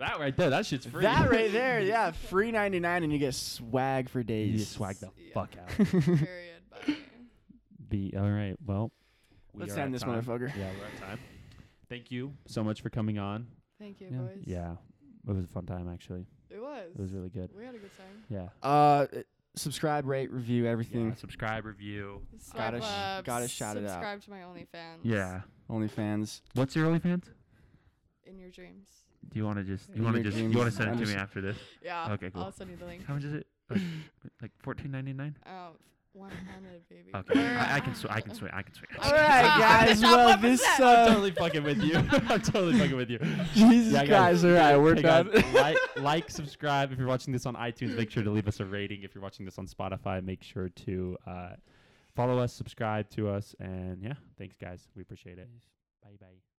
A: that right there. That shit's free.
C: that right there. Yeah, free ninety nine, and you get swag for days.
A: You swag the
B: Yeah.
A: fuck out.
B: Period. Bye.
A: Be all right. Well, we
C: Let's
A: are at
C: end this
A: time.
C: motherfucker.
A: Yeah, we're at time. Thank you so much for coming on.
B: Thank you,
A: Yeah.
B: boys.
A: Yeah, it was a fun time actually.
B: It was.
A: It was really good.
B: We had a good time.
A: Yeah.
C: Uh, subscribe, rate, review, everything.
A: Subscribe, review.
B: Swipe
C: Gotta sh-
B: up,
C: gotta shout it out.
B: Subscribe to my OnlyFans.
C: OnlyFans.
A: What's your OnlyFans?
B: In your dreams.
A: Do you want to just
C: you wanna Remake just- you wanna games. send it to me
A: after this?
B: Yeah.
A: Okay, cool.
B: I'll send you the link.
A: How much is it? Like, like fourteen ninety nine.
B: Oh, 100, baby.
A: Okay,
B: Or,
A: I, I can sw-
B: uh,
A: I can swing. I can swing.
B: I
C: All
B: can
C: right,
B: stop.
C: guys.
B: Stop
C: Well,
B: what was
C: this
B: that?
F: I'm
C: uh,
F: totally fucking with you. I'm totally fucking with you.
C: Jesus
F: Yeah, guys.
C: Christ. All right, we're
F: Hey, guys,
C: done.
F: like, like, subscribe. If you're watching this on iTunes, make sure to leave us a rating. If you're watching this on Spotify, make sure to uh, follow us, subscribe to us, and yeah, thanks, guys. We appreciate it. Bye bye.